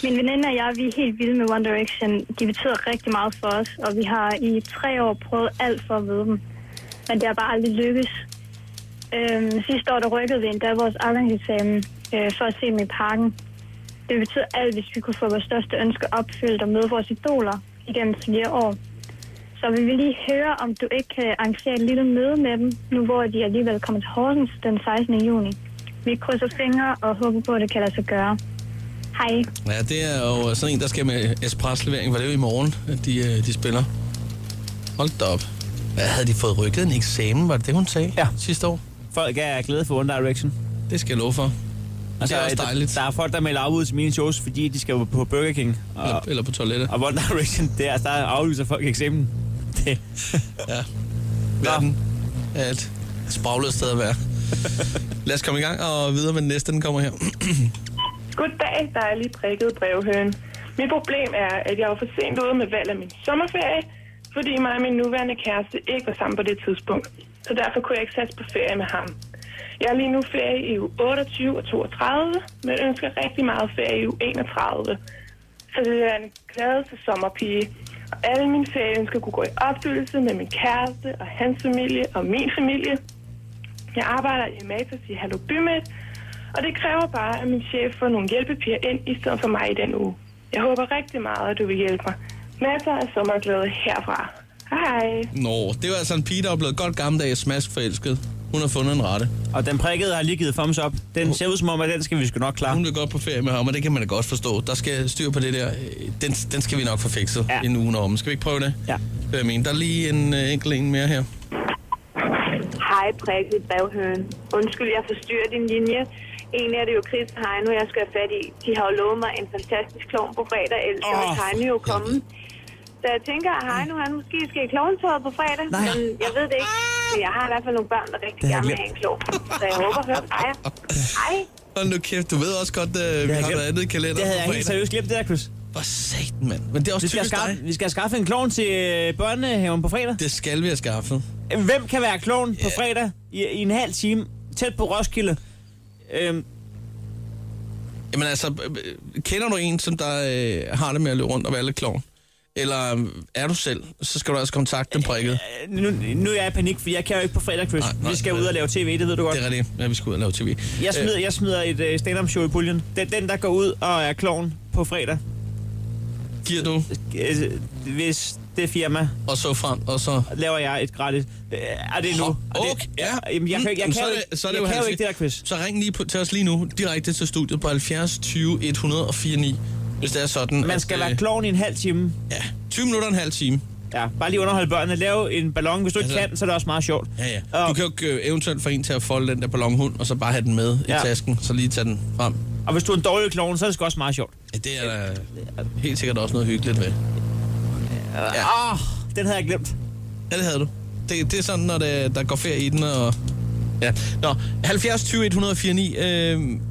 [SPEAKER 15] Min veninde og jeg, vi er helt vilde med One Direction. De betyder rigtig meget for os, og vi har i tre år prøvet alt for at møde dem. Men det har bare aldrig lykkes. Øhm, sidste år, der rykkede vi endda vores afgangseksamen øh, for at se dem i parken. Det betyder alt, hvis vi kunne få vores største ønske opfyldt og møde vores idoler igennem flere år. Så vi vil lige høre, om du ikke kan arrangere et lille møde med dem, nu hvor de alligevel kommer til Horsens den 16. juni. Vi krydser fingre og håber på, at det kan lade sig gøre. Hej.
[SPEAKER 3] Ja, det er jo sådan en, der skal med espresso-levering. Var det jo i morgen, at de, øh, de spiller? Hold da op. Hvad, havde de fået rykket en eksamen? Var det det, hun sagde ja. sidste år?
[SPEAKER 4] Folk er glade for One Direction.
[SPEAKER 3] Det skal jeg love for.
[SPEAKER 4] Altså,
[SPEAKER 3] det er også
[SPEAKER 4] der-
[SPEAKER 3] dejligt.
[SPEAKER 4] Der er folk, der melder afbud til mine shows, fordi de skal på Burger King. Og, eller,
[SPEAKER 3] eller på toilettet.
[SPEAKER 4] Og One Direction, det er, altså, der aflyser folk eksamen. Det.
[SPEAKER 3] ja. Verden er et spraglet sted at være. Lad os komme i gang og videre med den næste, den kommer her.
[SPEAKER 16] Goddag, der er lige prikket brevhøen. Mit problem er, at jeg var for sent ude med valg af min sommerferie, fordi mig og min nuværende kæreste ikke var sammen på det tidspunkt. Så derfor kunne jeg ikke satse på ferie med ham. Jeg er lige nu ferie i uge 28 og 32, men ønsker rigtig meget ferie i uge 31. Så det er en glædeste sommerpige. Og alle mine ferieønsker kunne gå i opfyldelse med min kæreste og hans familie og min familie. Jeg arbejder i Matas i Hallo Bymidt, og det kræver bare, at min chef får nogle hjælpepiger ind i stedet for mig i den uge. Jeg håber rigtig meget, at du vil hjælpe mig. Masser af sommerglæde herfra. Hej.
[SPEAKER 3] Nå, det var altså en pige, der er blevet godt gammeldags smaskforelsket. Hun har fundet en rette.
[SPEAKER 4] Og den prikkede har lige givet thumbs up. Den ser ud som om, at den skal vi sgu nok klare.
[SPEAKER 3] Hun vil godt på ferie med ham, og det kan man da godt forstå. Der skal styr på det der. Øh, Den, den skal vi nok få fikset ja. en uge om. Skal vi ikke prøve det? Ja. Det er jeg mener. Der er lige en øh, enkelt en mere her.
[SPEAKER 17] Hej, prikket baghøen. Undskyld, jeg forstyrrer din linje. Egentlig er det jo Chris og Heino, jeg skal have fat i. De har jo lovet mig en fantastisk klovn på fredag, ellers oh. er Heino jo kommet. Så jeg tænker, at Heino han måske skal i klovntøjet på fredag, Nej. men jeg ved det ikke. Men jeg har i hvert fald nogle børn, der rigtig
[SPEAKER 3] Ah. Det
[SPEAKER 17] gerne
[SPEAKER 3] har jeg
[SPEAKER 17] vil have en klovn. Så jeg håber at høre fra jer. Hej.
[SPEAKER 3] Hold nu kæft, du ved også godt, øh, vi har noget andet kalender.
[SPEAKER 4] Det havde jeg
[SPEAKER 3] på fredag.
[SPEAKER 4] helt seriøst glemt det der, Chris.
[SPEAKER 3] Hvor satan, mand. Men det er også
[SPEAKER 4] vi skal,
[SPEAKER 3] typisk
[SPEAKER 4] skaffe, vi skal skaffe en klovn til øh, børnehaven på fredag.
[SPEAKER 3] Det skal vi have skaffet.
[SPEAKER 4] Hvem kan være klovn på fredag i, i en halv time, tæt på Roskilde? Øhm,
[SPEAKER 3] Jamen altså, øh, kender du en, som der øh, har det med at løbe rundt og være lidt klovn? Eller øh, er du selv, så skal du altså kontakte den prikket.
[SPEAKER 4] Øh, nu, nu er jeg i panik, for jeg kan jo ikke på fredag, Chris. Nej, nej, vi skal ud og lave tv, det ved du godt.
[SPEAKER 3] Det er rigtigt. Ja, vi skal ud og lave tv.
[SPEAKER 4] Jeg smider, jeg smider et øh, stand-up show i puljen. Det er den, der går ud og er klovn på fredag. Øh,
[SPEAKER 3] Giver du?
[SPEAKER 4] Hvis det firma.
[SPEAKER 3] Og så frem, og så...
[SPEAKER 4] Laver jeg et gratis. Øh, er det nu?
[SPEAKER 3] Okay, okay. ja. Mm,
[SPEAKER 4] Jamen, jeg kan, jeg kan,
[SPEAKER 3] så er
[SPEAKER 4] jo
[SPEAKER 3] det-
[SPEAKER 4] ikke-
[SPEAKER 3] så er det
[SPEAKER 4] jeg kan jo
[SPEAKER 3] hans-
[SPEAKER 4] ikke det der quiz.
[SPEAKER 3] Så ring lige på, til os lige nu, direkte til studiet på 70 20 104 9, hvis det er sådan. øh,
[SPEAKER 4] Man skal være klovn i en halv time.
[SPEAKER 3] Ja, 20 minutter og en halv time.
[SPEAKER 4] Ja, bare lige underholde børnene. Lave en ballon. Hvis du ikke
[SPEAKER 3] Altså-
[SPEAKER 4] kan, så er det også meget sjovt.
[SPEAKER 3] Ja, ja. Du kan jo ikke, øh, eventuelt få en til at folde den der ballonhund, og så bare have den med ja.
[SPEAKER 4] Ja.
[SPEAKER 3] i tasken, så lige tage den frem.
[SPEAKER 4] Og hvis du er en dårlig klovn, så er det sgu også meget sjovt.
[SPEAKER 3] Ja, det er der helt sikkert også noget hyggeligt ved.
[SPEAKER 4] Ja. Ah, den havde jeg glemt.
[SPEAKER 3] Ja, det havde du. Det, det er sådan, når det, der går ferie i den, og... Ja. Nå, 70 20 104 9. Øh,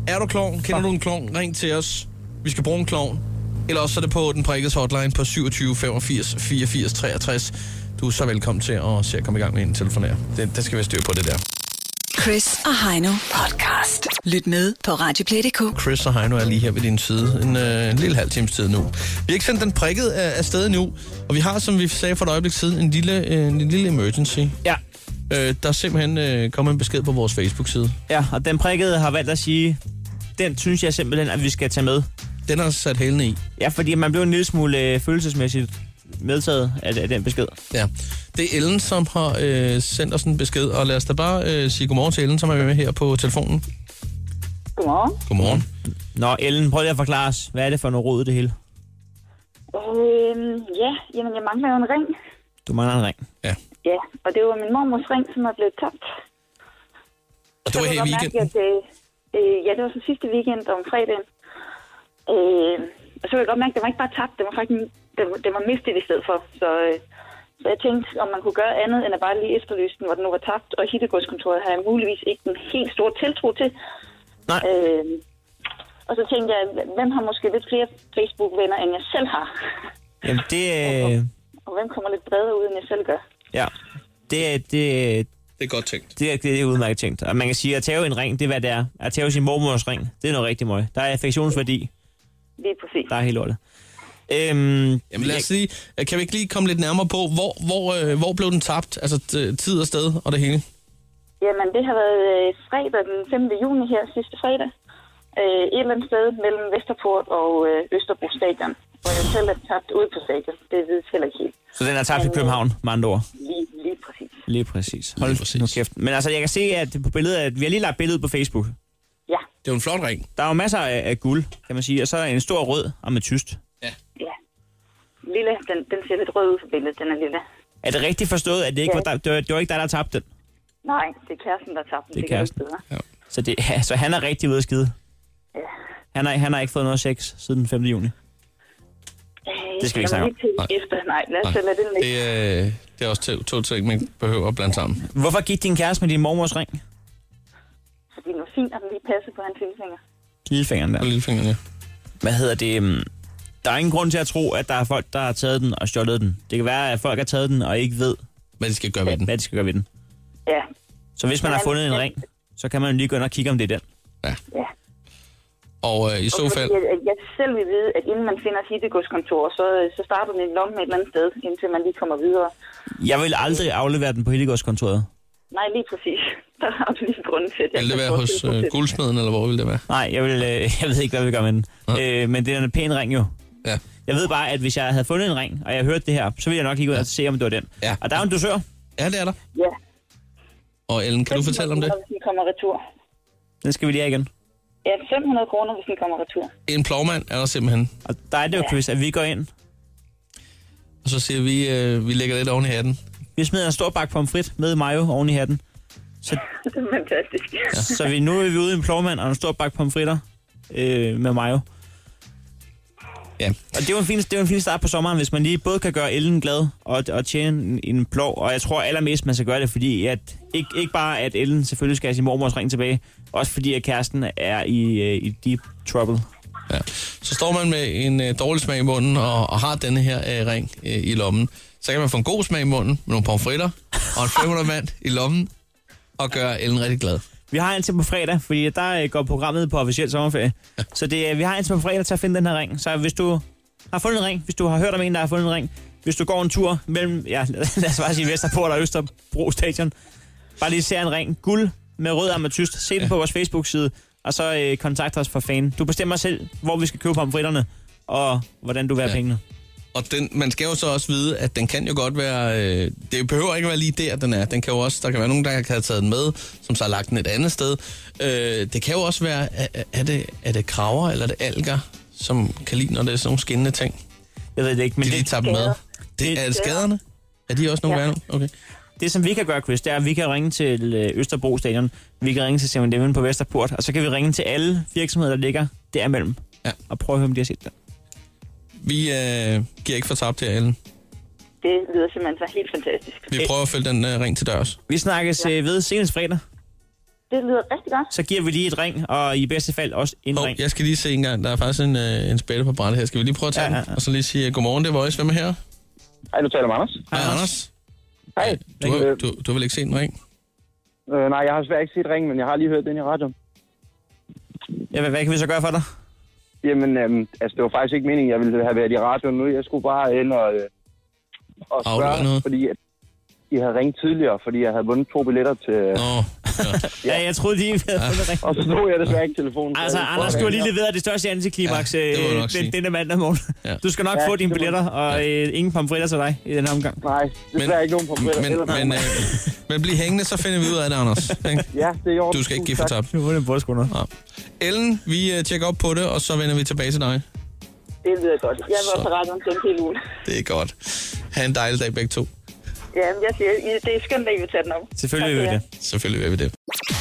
[SPEAKER 3] er du klovn? Kender du en klovn? Ring til os. Vi skal bruge en klovn. Eller også så er det på den prikkes hotline på 27 85 84 63. Du er så velkommen til at se at komme i gang med en telefonær. Det, det skal vi styre på det der.
[SPEAKER 2] Chris og Heino podcast. Lyt med på Radioplay.dk.
[SPEAKER 3] Chris og Heino er lige her ved din side en, øh, en lille halv times tid nu. Vi har ikke sendt den prikket af, af sted nu, og vi har, som vi sagde for et øjeblik siden, en lille, øh, en lille emergency.
[SPEAKER 4] Ja.
[SPEAKER 3] Øh, der er simpelthen øh, kommet en besked på vores Facebook-side.
[SPEAKER 4] Ja, og den prikkede har valgt at sige, den synes jeg simpelthen, at vi skal tage med.
[SPEAKER 3] Den har sat hælene i.
[SPEAKER 4] Ja, fordi man blev en lille smule øh, følelsesmæssigt medtaget af, af den besked.
[SPEAKER 3] Ja. Det er Ellen, som har øh, sendt os en besked, og lad os da bare øh, sige godmorgen til Ellen, som er med her på telefonen.
[SPEAKER 18] Godmorgen.
[SPEAKER 3] Godmorgen.
[SPEAKER 4] Nå, Ellen, prøv lige at forklare os, hvad er det for noget rod det hele?
[SPEAKER 18] Øhm, ja, jamen jeg mangler jo en ring.
[SPEAKER 4] Du mangler en ring.
[SPEAKER 3] Ja.
[SPEAKER 18] Ja, og det var min mormors ring, som er blevet tabt.
[SPEAKER 3] Og det var her i weekenden?
[SPEAKER 18] At, øh, øh, ja, det var så sidste weekend om fredagen. Øh, og så kunne jeg godt mærke, at den var ikke bare tabt, den var faktisk den, den var mistet i stedet for. Så, øh, så jeg tænkte, om man kunne gøre andet, end at bare lige efterlyse den, hvor den nu var tabt. Og hittegodskontoret har jeg muligvis ikke den helt store tiltro til.
[SPEAKER 4] Nej.
[SPEAKER 18] Øh, og så tænkte jeg, hvem har måske lidt flere Facebook-venner, end jeg selv har?
[SPEAKER 4] Jamen, det... Øh,
[SPEAKER 18] Og hvem kommer lidt bredere ud, end jeg selv gør?
[SPEAKER 4] ja, det, er- det, øh,
[SPEAKER 3] det er godt tænkt.
[SPEAKER 4] Det, er- det er udmærket tænkt. Og man kan sige, at tage en ring, det er, hvad det er. At tage sin mormors ring, det er noget rigtig møg. Der er affektionsværdi.
[SPEAKER 18] Lige præcis.
[SPEAKER 4] Der er helt lortet. Øhm,
[SPEAKER 3] Jamen lad os sige, øh, kan vi ikke lige komme lidt nærmere på, hvor, hvor, øh, hvor blev den tabt? Altså t- tid og sted og det hele?
[SPEAKER 18] Jamen, det har været øh, fredag den 5. juni her sidste fredag. Øh, et eller andet sted mellem Vesterport og øh, Østerbro Stadion. Hvor jeg selv er tabt ude på stadion. Det vides heller ikke helt.
[SPEAKER 4] Så den er tabt i
[SPEAKER 18] øh,
[SPEAKER 4] København, med andre ord.
[SPEAKER 18] Lige, lige præcis.
[SPEAKER 4] Lige præcis. Hold lige præcis. nu kæft. Men altså, jeg kan se at på billedet, at vi har lige lagt billedet på Facebook.
[SPEAKER 18] Ja.
[SPEAKER 3] Det er jo en flot ring.
[SPEAKER 4] Der er jo masser af, af guld, kan man sige. Og så er der en stor rød og med tyst.
[SPEAKER 18] Ja. Lille, den, den ser lidt rød ud for billedet. Den er lille.
[SPEAKER 4] Er det rigtigt forstået, at det ikke
[SPEAKER 18] Ja.
[SPEAKER 4] var, der, det var, det var ikke dig, der tabte den?
[SPEAKER 18] Nej, det er kæresten, der har tabt den.
[SPEAKER 4] Det er
[SPEAKER 18] kan jeg
[SPEAKER 4] kæresten.
[SPEAKER 18] ikke bedre.
[SPEAKER 3] Ja.
[SPEAKER 4] Så, det, ja, så han er rigtig ude at skide. Han har, han har ikke fået noget sex siden den 5. juni.
[SPEAKER 18] Øh,
[SPEAKER 4] Det skal vi ikke
[SPEAKER 18] jeg må
[SPEAKER 4] snakke om.
[SPEAKER 18] lige tænke Efter. Nej, lad
[SPEAKER 3] Nej.
[SPEAKER 18] os Nej. lade den ligge.
[SPEAKER 3] Det, øh, det er også to, to ting, man ikke behøver at blande sammen.
[SPEAKER 4] Hvorfor gik din kæreste med din mormors ring?
[SPEAKER 18] Fordi det var fint, at den lige passede på hans lillefinger.
[SPEAKER 4] Så Lillefingeren der. Og
[SPEAKER 3] lillefingeren, ja.
[SPEAKER 4] Hvad hedder det? øhm, Der er ingen grund til at tro, at der er folk, der har taget den og stjålet den. Det kan være, at folk har taget den og ikke ved,
[SPEAKER 3] hvad de skal gøre ved den.
[SPEAKER 4] Hvad de skal gøre ved den.
[SPEAKER 18] Ja.
[SPEAKER 4] Så hvis man har fundet en ring, så kan man jo lige gå ind og kigge, om det er den.
[SPEAKER 3] Ja.
[SPEAKER 18] Ja.
[SPEAKER 3] Og øh, i så
[SPEAKER 18] Og
[SPEAKER 3] fald...
[SPEAKER 18] Jeg, jeg selv vil vide, at inden man finder sit godskontor, så, så starter man i lommen et eller andet sted, indtil man lige kommer videre.
[SPEAKER 4] Jeg vil aldrig aflevere den på Hillegårdskontoret.
[SPEAKER 18] Nej, lige præcis. Der har du lige grunden til det.
[SPEAKER 3] Vil det være hos øh, guldsmeden, eller hvor vil det være?
[SPEAKER 4] Nej, jeg, vil, øh, jeg ved ikke, hvad vi gør med den. Øh, men det er en pæn ring jo.
[SPEAKER 3] Ja.
[SPEAKER 4] Jeg ved bare, at hvis jeg havde fundet en ring, og jeg hørte det her, så ville jeg nok lige gå ud og se, om det var den.
[SPEAKER 3] Ja.
[SPEAKER 4] Og der er jo en dusør.
[SPEAKER 3] Ja, det er der.
[SPEAKER 18] Ja.
[SPEAKER 3] Og Ellen, kan du fortælle om det?
[SPEAKER 18] Hvis den kommer retur.
[SPEAKER 4] Den skal vi lige have igen.
[SPEAKER 18] Ja, 500 kroner, hvis den kommer retur.
[SPEAKER 3] En plovmand er der simpelthen.
[SPEAKER 4] Og der er det jo, Chris, at vi går ind.
[SPEAKER 3] Og så siger vi, øh, vi lægger lidt oven i hatten.
[SPEAKER 4] Vi smider en stor bakke pomfrit med mayo oven i hatten. Så,
[SPEAKER 18] Det er fantastisk.
[SPEAKER 4] så vi, nu er vi ude i en plovmand og en stor bakke pomfritter øh, med mayo.
[SPEAKER 3] Ja.
[SPEAKER 4] Og det er, jo en fin, det er jo en fin start på sommeren, hvis man lige både kan gøre Ellen glad og, og tjene en, en plov. Og jeg tror allermest, man skal gøre det, fordi at, ikke, ikke bare, at Ellen selvfølgelig skal have sin mormors ring tilbage, også fordi, at kæresten er i, øh, i deep trouble.
[SPEAKER 3] Ja. Så står man med en øh, dårlig smag i munden og, og har denne her øh, ring øh, i lommen. Så kan man få en god smag i munden med nogle pomfritter og en 500 mand i lommen og gøre Ellen rigtig glad.
[SPEAKER 4] Vi har indtil på fredag, fordi der øh, går programmet på officiel sommerferie. Så det, øh, vi har indtil på fredag til at finde den her ring. Så hvis du har fundet en ring, hvis du har hørt om en, der har fundet en ring, hvis du går en tur mellem, ja, lad os bare sige Vesterport og Østerbro Station, bare lige se en ring, guld med rød ametyst, se den på vores Facebook-side, og så øh, kontakt os for fan. Du bestemmer selv, hvor vi skal købe pomfritterne, og hvordan du vil have ja. pengene.
[SPEAKER 3] Og den, man skal jo så også vide, at den kan jo godt være... Øh, det behøver ikke være lige der, den er. Den kan jo også, der kan være nogen, der kan have taget den med, som så har lagt den et andet sted. Øh, det kan jo også være, er, er, det, er det kraver eller er det alger, som kan lide, når det er sådan nogle skinnende ting?
[SPEAKER 4] Jeg ved det ikke, men
[SPEAKER 3] de det... lige tager dem med.
[SPEAKER 4] Skader.
[SPEAKER 3] Det, er det skaderne? Er de også nogle ja. værre nu? Okay.
[SPEAKER 4] Det, som vi kan gøre, Chris, det er, at vi kan ringe til øh, Østerbro Stadion, vi kan ringe til 7 på Vesterport, og så kan vi ringe til alle virksomheder, der ligger derimellem,
[SPEAKER 3] ja.
[SPEAKER 4] og prøve at høre, om de har set det.
[SPEAKER 3] Vi øh, giver ikke for tabt her, Ellen.
[SPEAKER 18] Det lyder simpelthen så helt fantastisk.
[SPEAKER 3] Vi prøver at følge den øh, ring til dørs.
[SPEAKER 4] Vi snakkes øh, ved senest fredag,
[SPEAKER 18] Det lyder rigtig godt.
[SPEAKER 4] så giver vi lige et ring, og i bedste fald også en
[SPEAKER 3] Hov,
[SPEAKER 4] ring.
[SPEAKER 3] jeg skal lige se en gang. Der er faktisk en, øh, en spætte på brændet her. Skal vi lige prøve at tage ja, ja, ja. den? Og så lige sige øh, godmorgen, det er Voice. Hvem er her?
[SPEAKER 19] Hej, du taler med Anders.
[SPEAKER 3] Hej, Anders.
[SPEAKER 19] Hej.
[SPEAKER 3] Du, har, du, du har vel ikke set en ring?
[SPEAKER 19] Øh, nej, jeg har desværre ikke set ringen, men jeg har lige hørt den i radioen.
[SPEAKER 4] Ja, hvad, hvad kan vi så gøre for dig?
[SPEAKER 19] Jamen, øhm, altså, det var faktisk ikke meningen, jeg ville have været i radioen nu. Jeg skulle bare ind og, øh, og spørge, noget. fordi at I havde ringet tidligere, fordi jeg havde vundet to billetter til... øh,
[SPEAKER 3] Nå.
[SPEAKER 4] Ja, jeg troede lige, vi havde fundet ring.
[SPEAKER 19] Og så tog jeg desværre ikke telefonen.
[SPEAKER 4] Altså, Anders, du har lige leveret det største antiklimaks
[SPEAKER 19] Ja, det må jeg
[SPEAKER 4] ja,
[SPEAKER 19] nok sige.
[SPEAKER 4] den, denne mandag morgen.
[SPEAKER 3] Ja.
[SPEAKER 4] Du skal nok
[SPEAKER 19] Ja,
[SPEAKER 4] få dine
[SPEAKER 19] det må-
[SPEAKER 4] billetter, og øh, ingen pomfritter til dig i den her omgang.
[SPEAKER 19] Nej, desværre ikke nogen problemer.
[SPEAKER 3] Men,
[SPEAKER 19] Eller-
[SPEAKER 3] men, øh, men bliv hængende, så finder vi ud af det, Anders. Ikke?
[SPEAKER 19] Ja, det er i orden.
[SPEAKER 3] Du skal ikke give for
[SPEAKER 19] Tusind tak.
[SPEAKER 3] tabt.
[SPEAKER 4] Du har vundet brystskunder.
[SPEAKER 3] Ja. Ellen, vi øh, tjekker op på det, og så vender vi tilbage til dig.
[SPEAKER 18] Det lyder godt. Jeg var på radioen til en hel uge.
[SPEAKER 3] Det er godt. Ha' en dejlig dag begge to.
[SPEAKER 18] Ja, men jeg siger, I- det er skønt, at I vil tage den op. Tak skal I have.
[SPEAKER 3] Selvfølgelig vil vi det.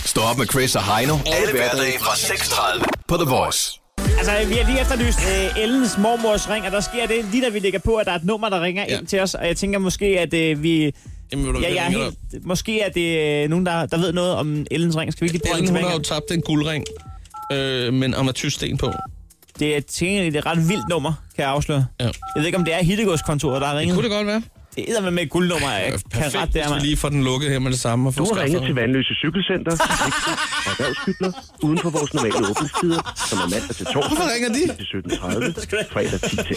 [SPEAKER 10] Stå op med Chris og Heino. Alle hverdage fra 6.30 på The Voice.
[SPEAKER 4] Altså, vi har lige efterlyst øh, Ellens mormors ring, og der sker det lige da vi lægger på, at der er et nummer, der ringer ja. ind til os, og jeg tænker måske, at øh, vi...
[SPEAKER 3] Jamen, vil du,
[SPEAKER 4] ja,
[SPEAKER 3] vi
[SPEAKER 4] jeg er
[SPEAKER 3] ringer
[SPEAKER 4] helt, måske er det øh, nogen, der, der ved noget om Ellens ring. Skal vi ikke lige prøve
[SPEAKER 3] Ellen, hun
[SPEAKER 4] at
[SPEAKER 3] har
[SPEAKER 4] ringe
[SPEAKER 3] jo
[SPEAKER 4] tilbage?
[SPEAKER 3] tabt en guldring, øh, men amatyrsten på.
[SPEAKER 4] Det er tænker, det er et ret vildt nummer, kan jeg afsløre.
[SPEAKER 3] Ja. Jeg
[SPEAKER 4] ved ikke, om det er Hittegårdskontoret, der har ringet.
[SPEAKER 3] kunne det godt være.
[SPEAKER 4] Det er med et guldnummer, jeg kan
[SPEAKER 3] Perfekt,
[SPEAKER 4] ret
[SPEAKER 3] hvis
[SPEAKER 4] der,
[SPEAKER 3] vi
[SPEAKER 4] mand.
[SPEAKER 3] lige får den lukket her med det samme. Og får
[SPEAKER 20] Du har
[SPEAKER 3] skaffet
[SPEAKER 20] ringet
[SPEAKER 3] den.
[SPEAKER 20] til Vandløse Cykelcenter, Nexus og erhvervscykler uden for vores normale åbningstider, som er mandag til torsdag.
[SPEAKER 3] Hvorfor ringer de?
[SPEAKER 20] Til 17.30, fredag 10 til 18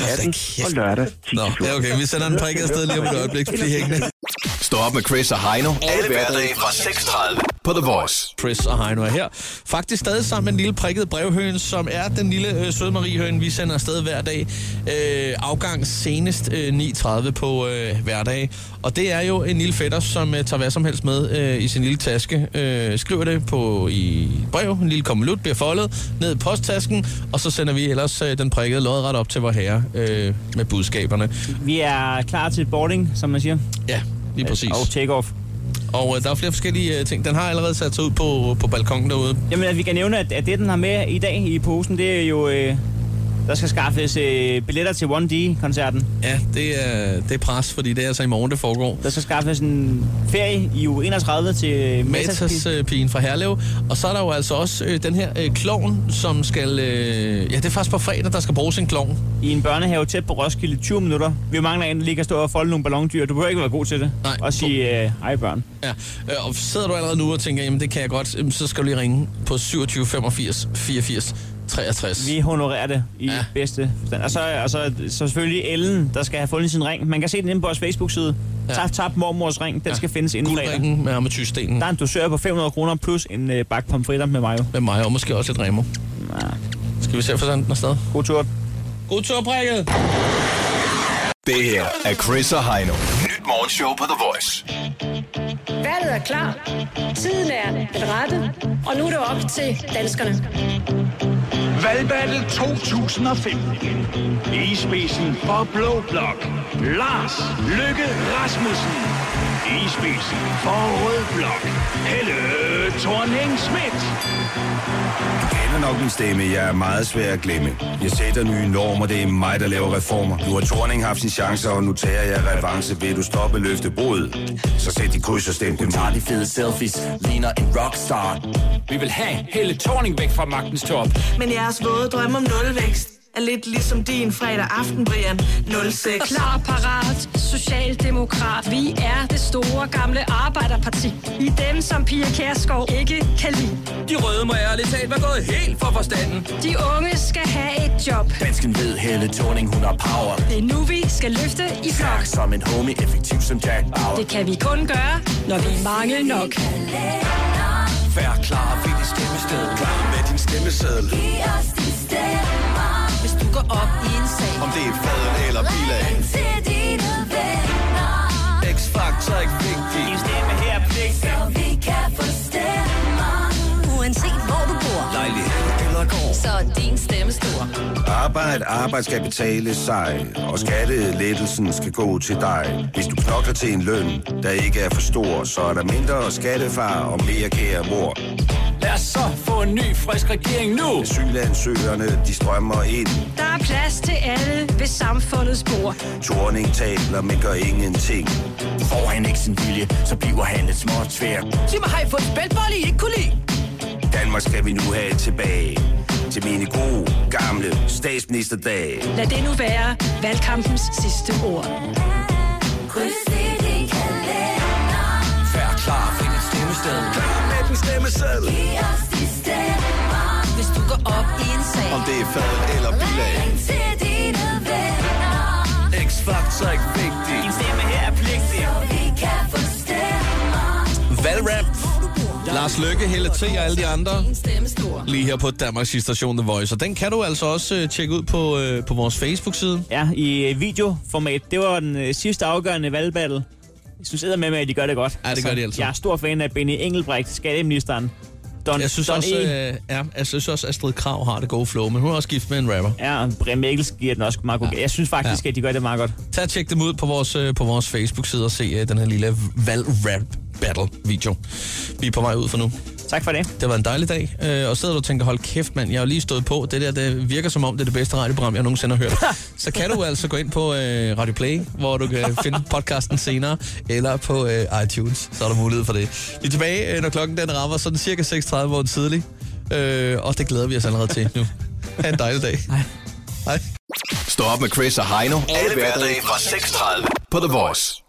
[SPEAKER 20] og lørdag 10 til 14.
[SPEAKER 10] Nå, ja, okay, vi sender en prik afsted lige om et øjeblik. Bliv hængende. Stå op med Chris og Heino. Alle hverdage fra 6.30 på The Voice.
[SPEAKER 3] Chris og Heino er her. Faktisk stadig sammen med den lille prikkede brevhøn, som er den lille øh, søde Mariehøn, vi sender afsted hver dag. Øh, afgang senest øh, 9.30 på øh, hverdag. Og det er jo en lille fætter, som øh, tager hvad som helst med øh, i sin lille taske. Øh, skriver det på i et brev, en lille kommelut bliver foldet ned i posttasken, og så sender vi ellers øh, den prikkede lodret op til vor herre øh, med budskaberne.
[SPEAKER 4] Vi er klar til boarding, som man siger.
[SPEAKER 3] Ja, lige præcis.
[SPEAKER 4] Altså, Og take-off.
[SPEAKER 3] Og øh, der er flere forskellige øh, ting. Den har allerede sat sig ud øh, på, på balkongen derude.
[SPEAKER 4] Jamen, at vi kan nævne, at, at det, den har med i dag i posen, det er jo øh, Der skal skaffes øh, billetter til 1D-koncerten.
[SPEAKER 3] Ja, det er, det er pres, fordi det er altså i morgen, det foregår.
[SPEAKER 4] Der skal skaffes en ferie i uge 31 til øh, Metas.
[SPEAKER 3] Matas-pigen øh, fra Herlev. Og så er der jo altså også øh, den her øh, klovn, som skal... Øh, ja, det er faktisk på fredag, der skal bruges en klovn.
[SPEAKER 4] I en børnehave tæt på Roskilde, 20 minutter. Vi mangler en, der lige kan stå og folde nogle ballondyr. Du behøver ikke være god til det. Nej. Og sige, øh, ej børn.
[SPEAKER 3] Ja, øh, og sidder du allerede nu og tænker, jamen det kan jeg godt, jamen, så skal du lige ringe på 27 85 84 63.
[SPEAKER 4] Vi honorerer det i ja. bedste forstand. Og, så, og så, så selvfølgelig Ellen, der skal have fundet sin ring. Man kan se den inde på vores Facebook-side. Ja. Tap, tap, mormors ring. Den ja. skal findes inden fredag.
[SPEAKER 3] Guldringen med amatyrstenen.
[SPEAKER 4] Der er en dosør på 500 kroner plus en øh, bakke pomfritter med mayo.
[SPEAKER 3] Med mig, og måske også et remo.
[SPEAKER 4] Ja.
[SPEAKER 3] Skal vi se at få sendt den afsted?
[SPEAKER 4] God tur.
[SPEAKER 3] God tur, prikket!
[SPEAKER 10] Det her er Chris og Heino. Nyt morgenshow på The Voice.
[SPEAKER 21] Valget er klar, tiden er den rette, og nu er det op til danskerne.
[SPEAKER 22] Valgbattle 2015. I spidsen for Blå Blok. Lars Lykke Rasmussen. I spidsen for Rød Blok. Helle Thorning Schmidt.
[SPEAKER 23] Du kender nok min stemme. Jeg er meget svær at glemme. Jeg sætter nye normer. Det er mig, der laver reformer. Nu har Thorning haft sin chance, og nu tager jeg revanche. Vil du stoppe løfte brud? Så sæt de kryds og stem dem.
[SPEAKER 24] Tager de fede selfies, ligner en rockstar. Vi vil have hele Thorning væk fra magtens top.
[SPEAKER 25] Men jeres våde drøm om nulvækst er lidt ligesom din fredag aften, Brian 06.
[SPEAKER 26] Klar, parat, socialdemokrat. Vi er det store gamle arbejderparti. I dem, som Pia Kærsgaard ikke kan lide.
[SPEAKER 27] De røde må ærligt talt være gået helt for forstanden.
[SPEAKER 26] De unge skal have et job.
[SPEAKER 24] Dansken ved Helle Thorning, hun har power.
[SPEAKER 26] Det er nu, vi skal løfte i flok.
[SPEAKER 24] Stærk som en homie, effektiv som Jack Bauer.
[SPEAKER 26] Det kan vi kun gøre, når vi er mange nok.
[SPEAKER 24] Vær klar ved dit stemmested.
[SPEAKER 23] Klar med din stemmeseddel.
[SPEAKER 28] Giv os din stemme hvis du går op i en sag.
[SPEAKER 23] Om det er faden eller bilag.
[SPEAKER 28] Ring til dine venner.
[SPEAKER 23] X-Factor er ikke vigtigt.
[SPEAKER 27] Din stemme her er pligtig.
[SPEAKER 28] Så vi kan få stemmer. Uanset hvor du bor.
[SPEAKER 23] Lejlighed eller gård.
[SPEAKER 28] Så er din stemme stor.
[SPEAKER 23] Arbejde, arbejde skal betale sig. Og skattelettelsen skal gå til dig. Hvis du knokler til en løn, der ikke er for stor, så er der mindre skattefar og mere kære mor.
[SPEAKER 24] Lad os så få en ny, frisk regering nu.
[SPEAKER 23] Asylansøgerne, de strømmer ind.
[SPEAKER 26] Der er plads til alle ved samfundets bord.
[SPEAKER 23] Torning taler, men gør ingenting.
[SPEAKER 24] Får han ikke sin vilje, så bliver han et småt tvær.
[SPEAKER 28] Sig mig, har I fået spældbolle, I ikke kunne lide?
[SPEAKER 23] Danmark skal vi nu have tilbage til mine gode, gamle statsministerdage.
[SPEAKER 26] Lad det nu være valgkampens sidste ord.
[SPEAKER 28] Kryds i din kalender.
[SPEAKER 24] Vær klar, find et stemmested.
[SPEAKER 23] Klar med din stemmeseddel.
[SPEAKER 28] Giv os de stemmer, hvis du går op i en sag.
[SPEAKER 23] Om det er fad eller bilag.
[SPEAKER 28] Ring til dine venner.
[SPEAKER 23] X-Factor er ikke vigtigt.
[SPEAKER 27] Din stemme her er pligtig.
[SPEAKER 28] Så vi kan få stemmer.
[SPEAKER 3] Valrap. Lars Løkke, Helle T og alle de andre
[SPEAKER 28] Din stemme stor.
[SPEAKER 3] lige her på Danmarks station The Voice. Og den kan du altså også øh, tjekke ud på, øh, på vores Facebook-side.
[SPEAKER 4] Ja, i øh, videoformat. Det var den øh, sidste afgørende valgbattle. Jeg synes eddermame, med at de gør det godt.
[SPEAKER 3] Ja, det gør de altså.
[SPEAKER 4] Jeg er stor fan af Benny Engelbrecht, skatteministeren. Don,
[SPEAKER 3] Jeg synes,
[SPEAKER 4] Don
[SPEAKER 3] også,
[SPEAKER 4] E.
[SPEAKER 3] øh, ja, jeg synes også, Astrid Krav har det gode flow, men hun er også gift med en rapper.
[SPEAKER 4] Ja, og Brian Mikkels giver den også meget god. Ja. Jeg synes faktisk, ja. at de gør det meget godt.
[SPEAKER 3] Tag og tjek dem ud på vores, øh, på vores Facebook-side og se øh, den her lille valg-rap-battle-video. Vi er på vej ud for nu.
[SPEAKER 4] Tak for det.
[SPEAKER 3] Det var en dejlig dag, øh, og sidder du og tænker, hold kæft mand, jeg har lige stået på, det der det virker som om, det er det bedste radioprogram, jeg nogensinde har hørt. Så kan du altså gå ind på øh, Radio Play, hvor du kan finde podcasten senere, eller på øh, iTunes, så er der mulighed for det. Vi er tilbage, øh, når klokken den rammer, sådan cirka 6.30 morgen tidlig, øh, og det glæder vi os allerede til nu. Ha' en dejlig dag. Hej. Hej.
[SPEAKER 10] Stå op med Chris og Heino. Alle hverdage fra 6.30 på The Voice.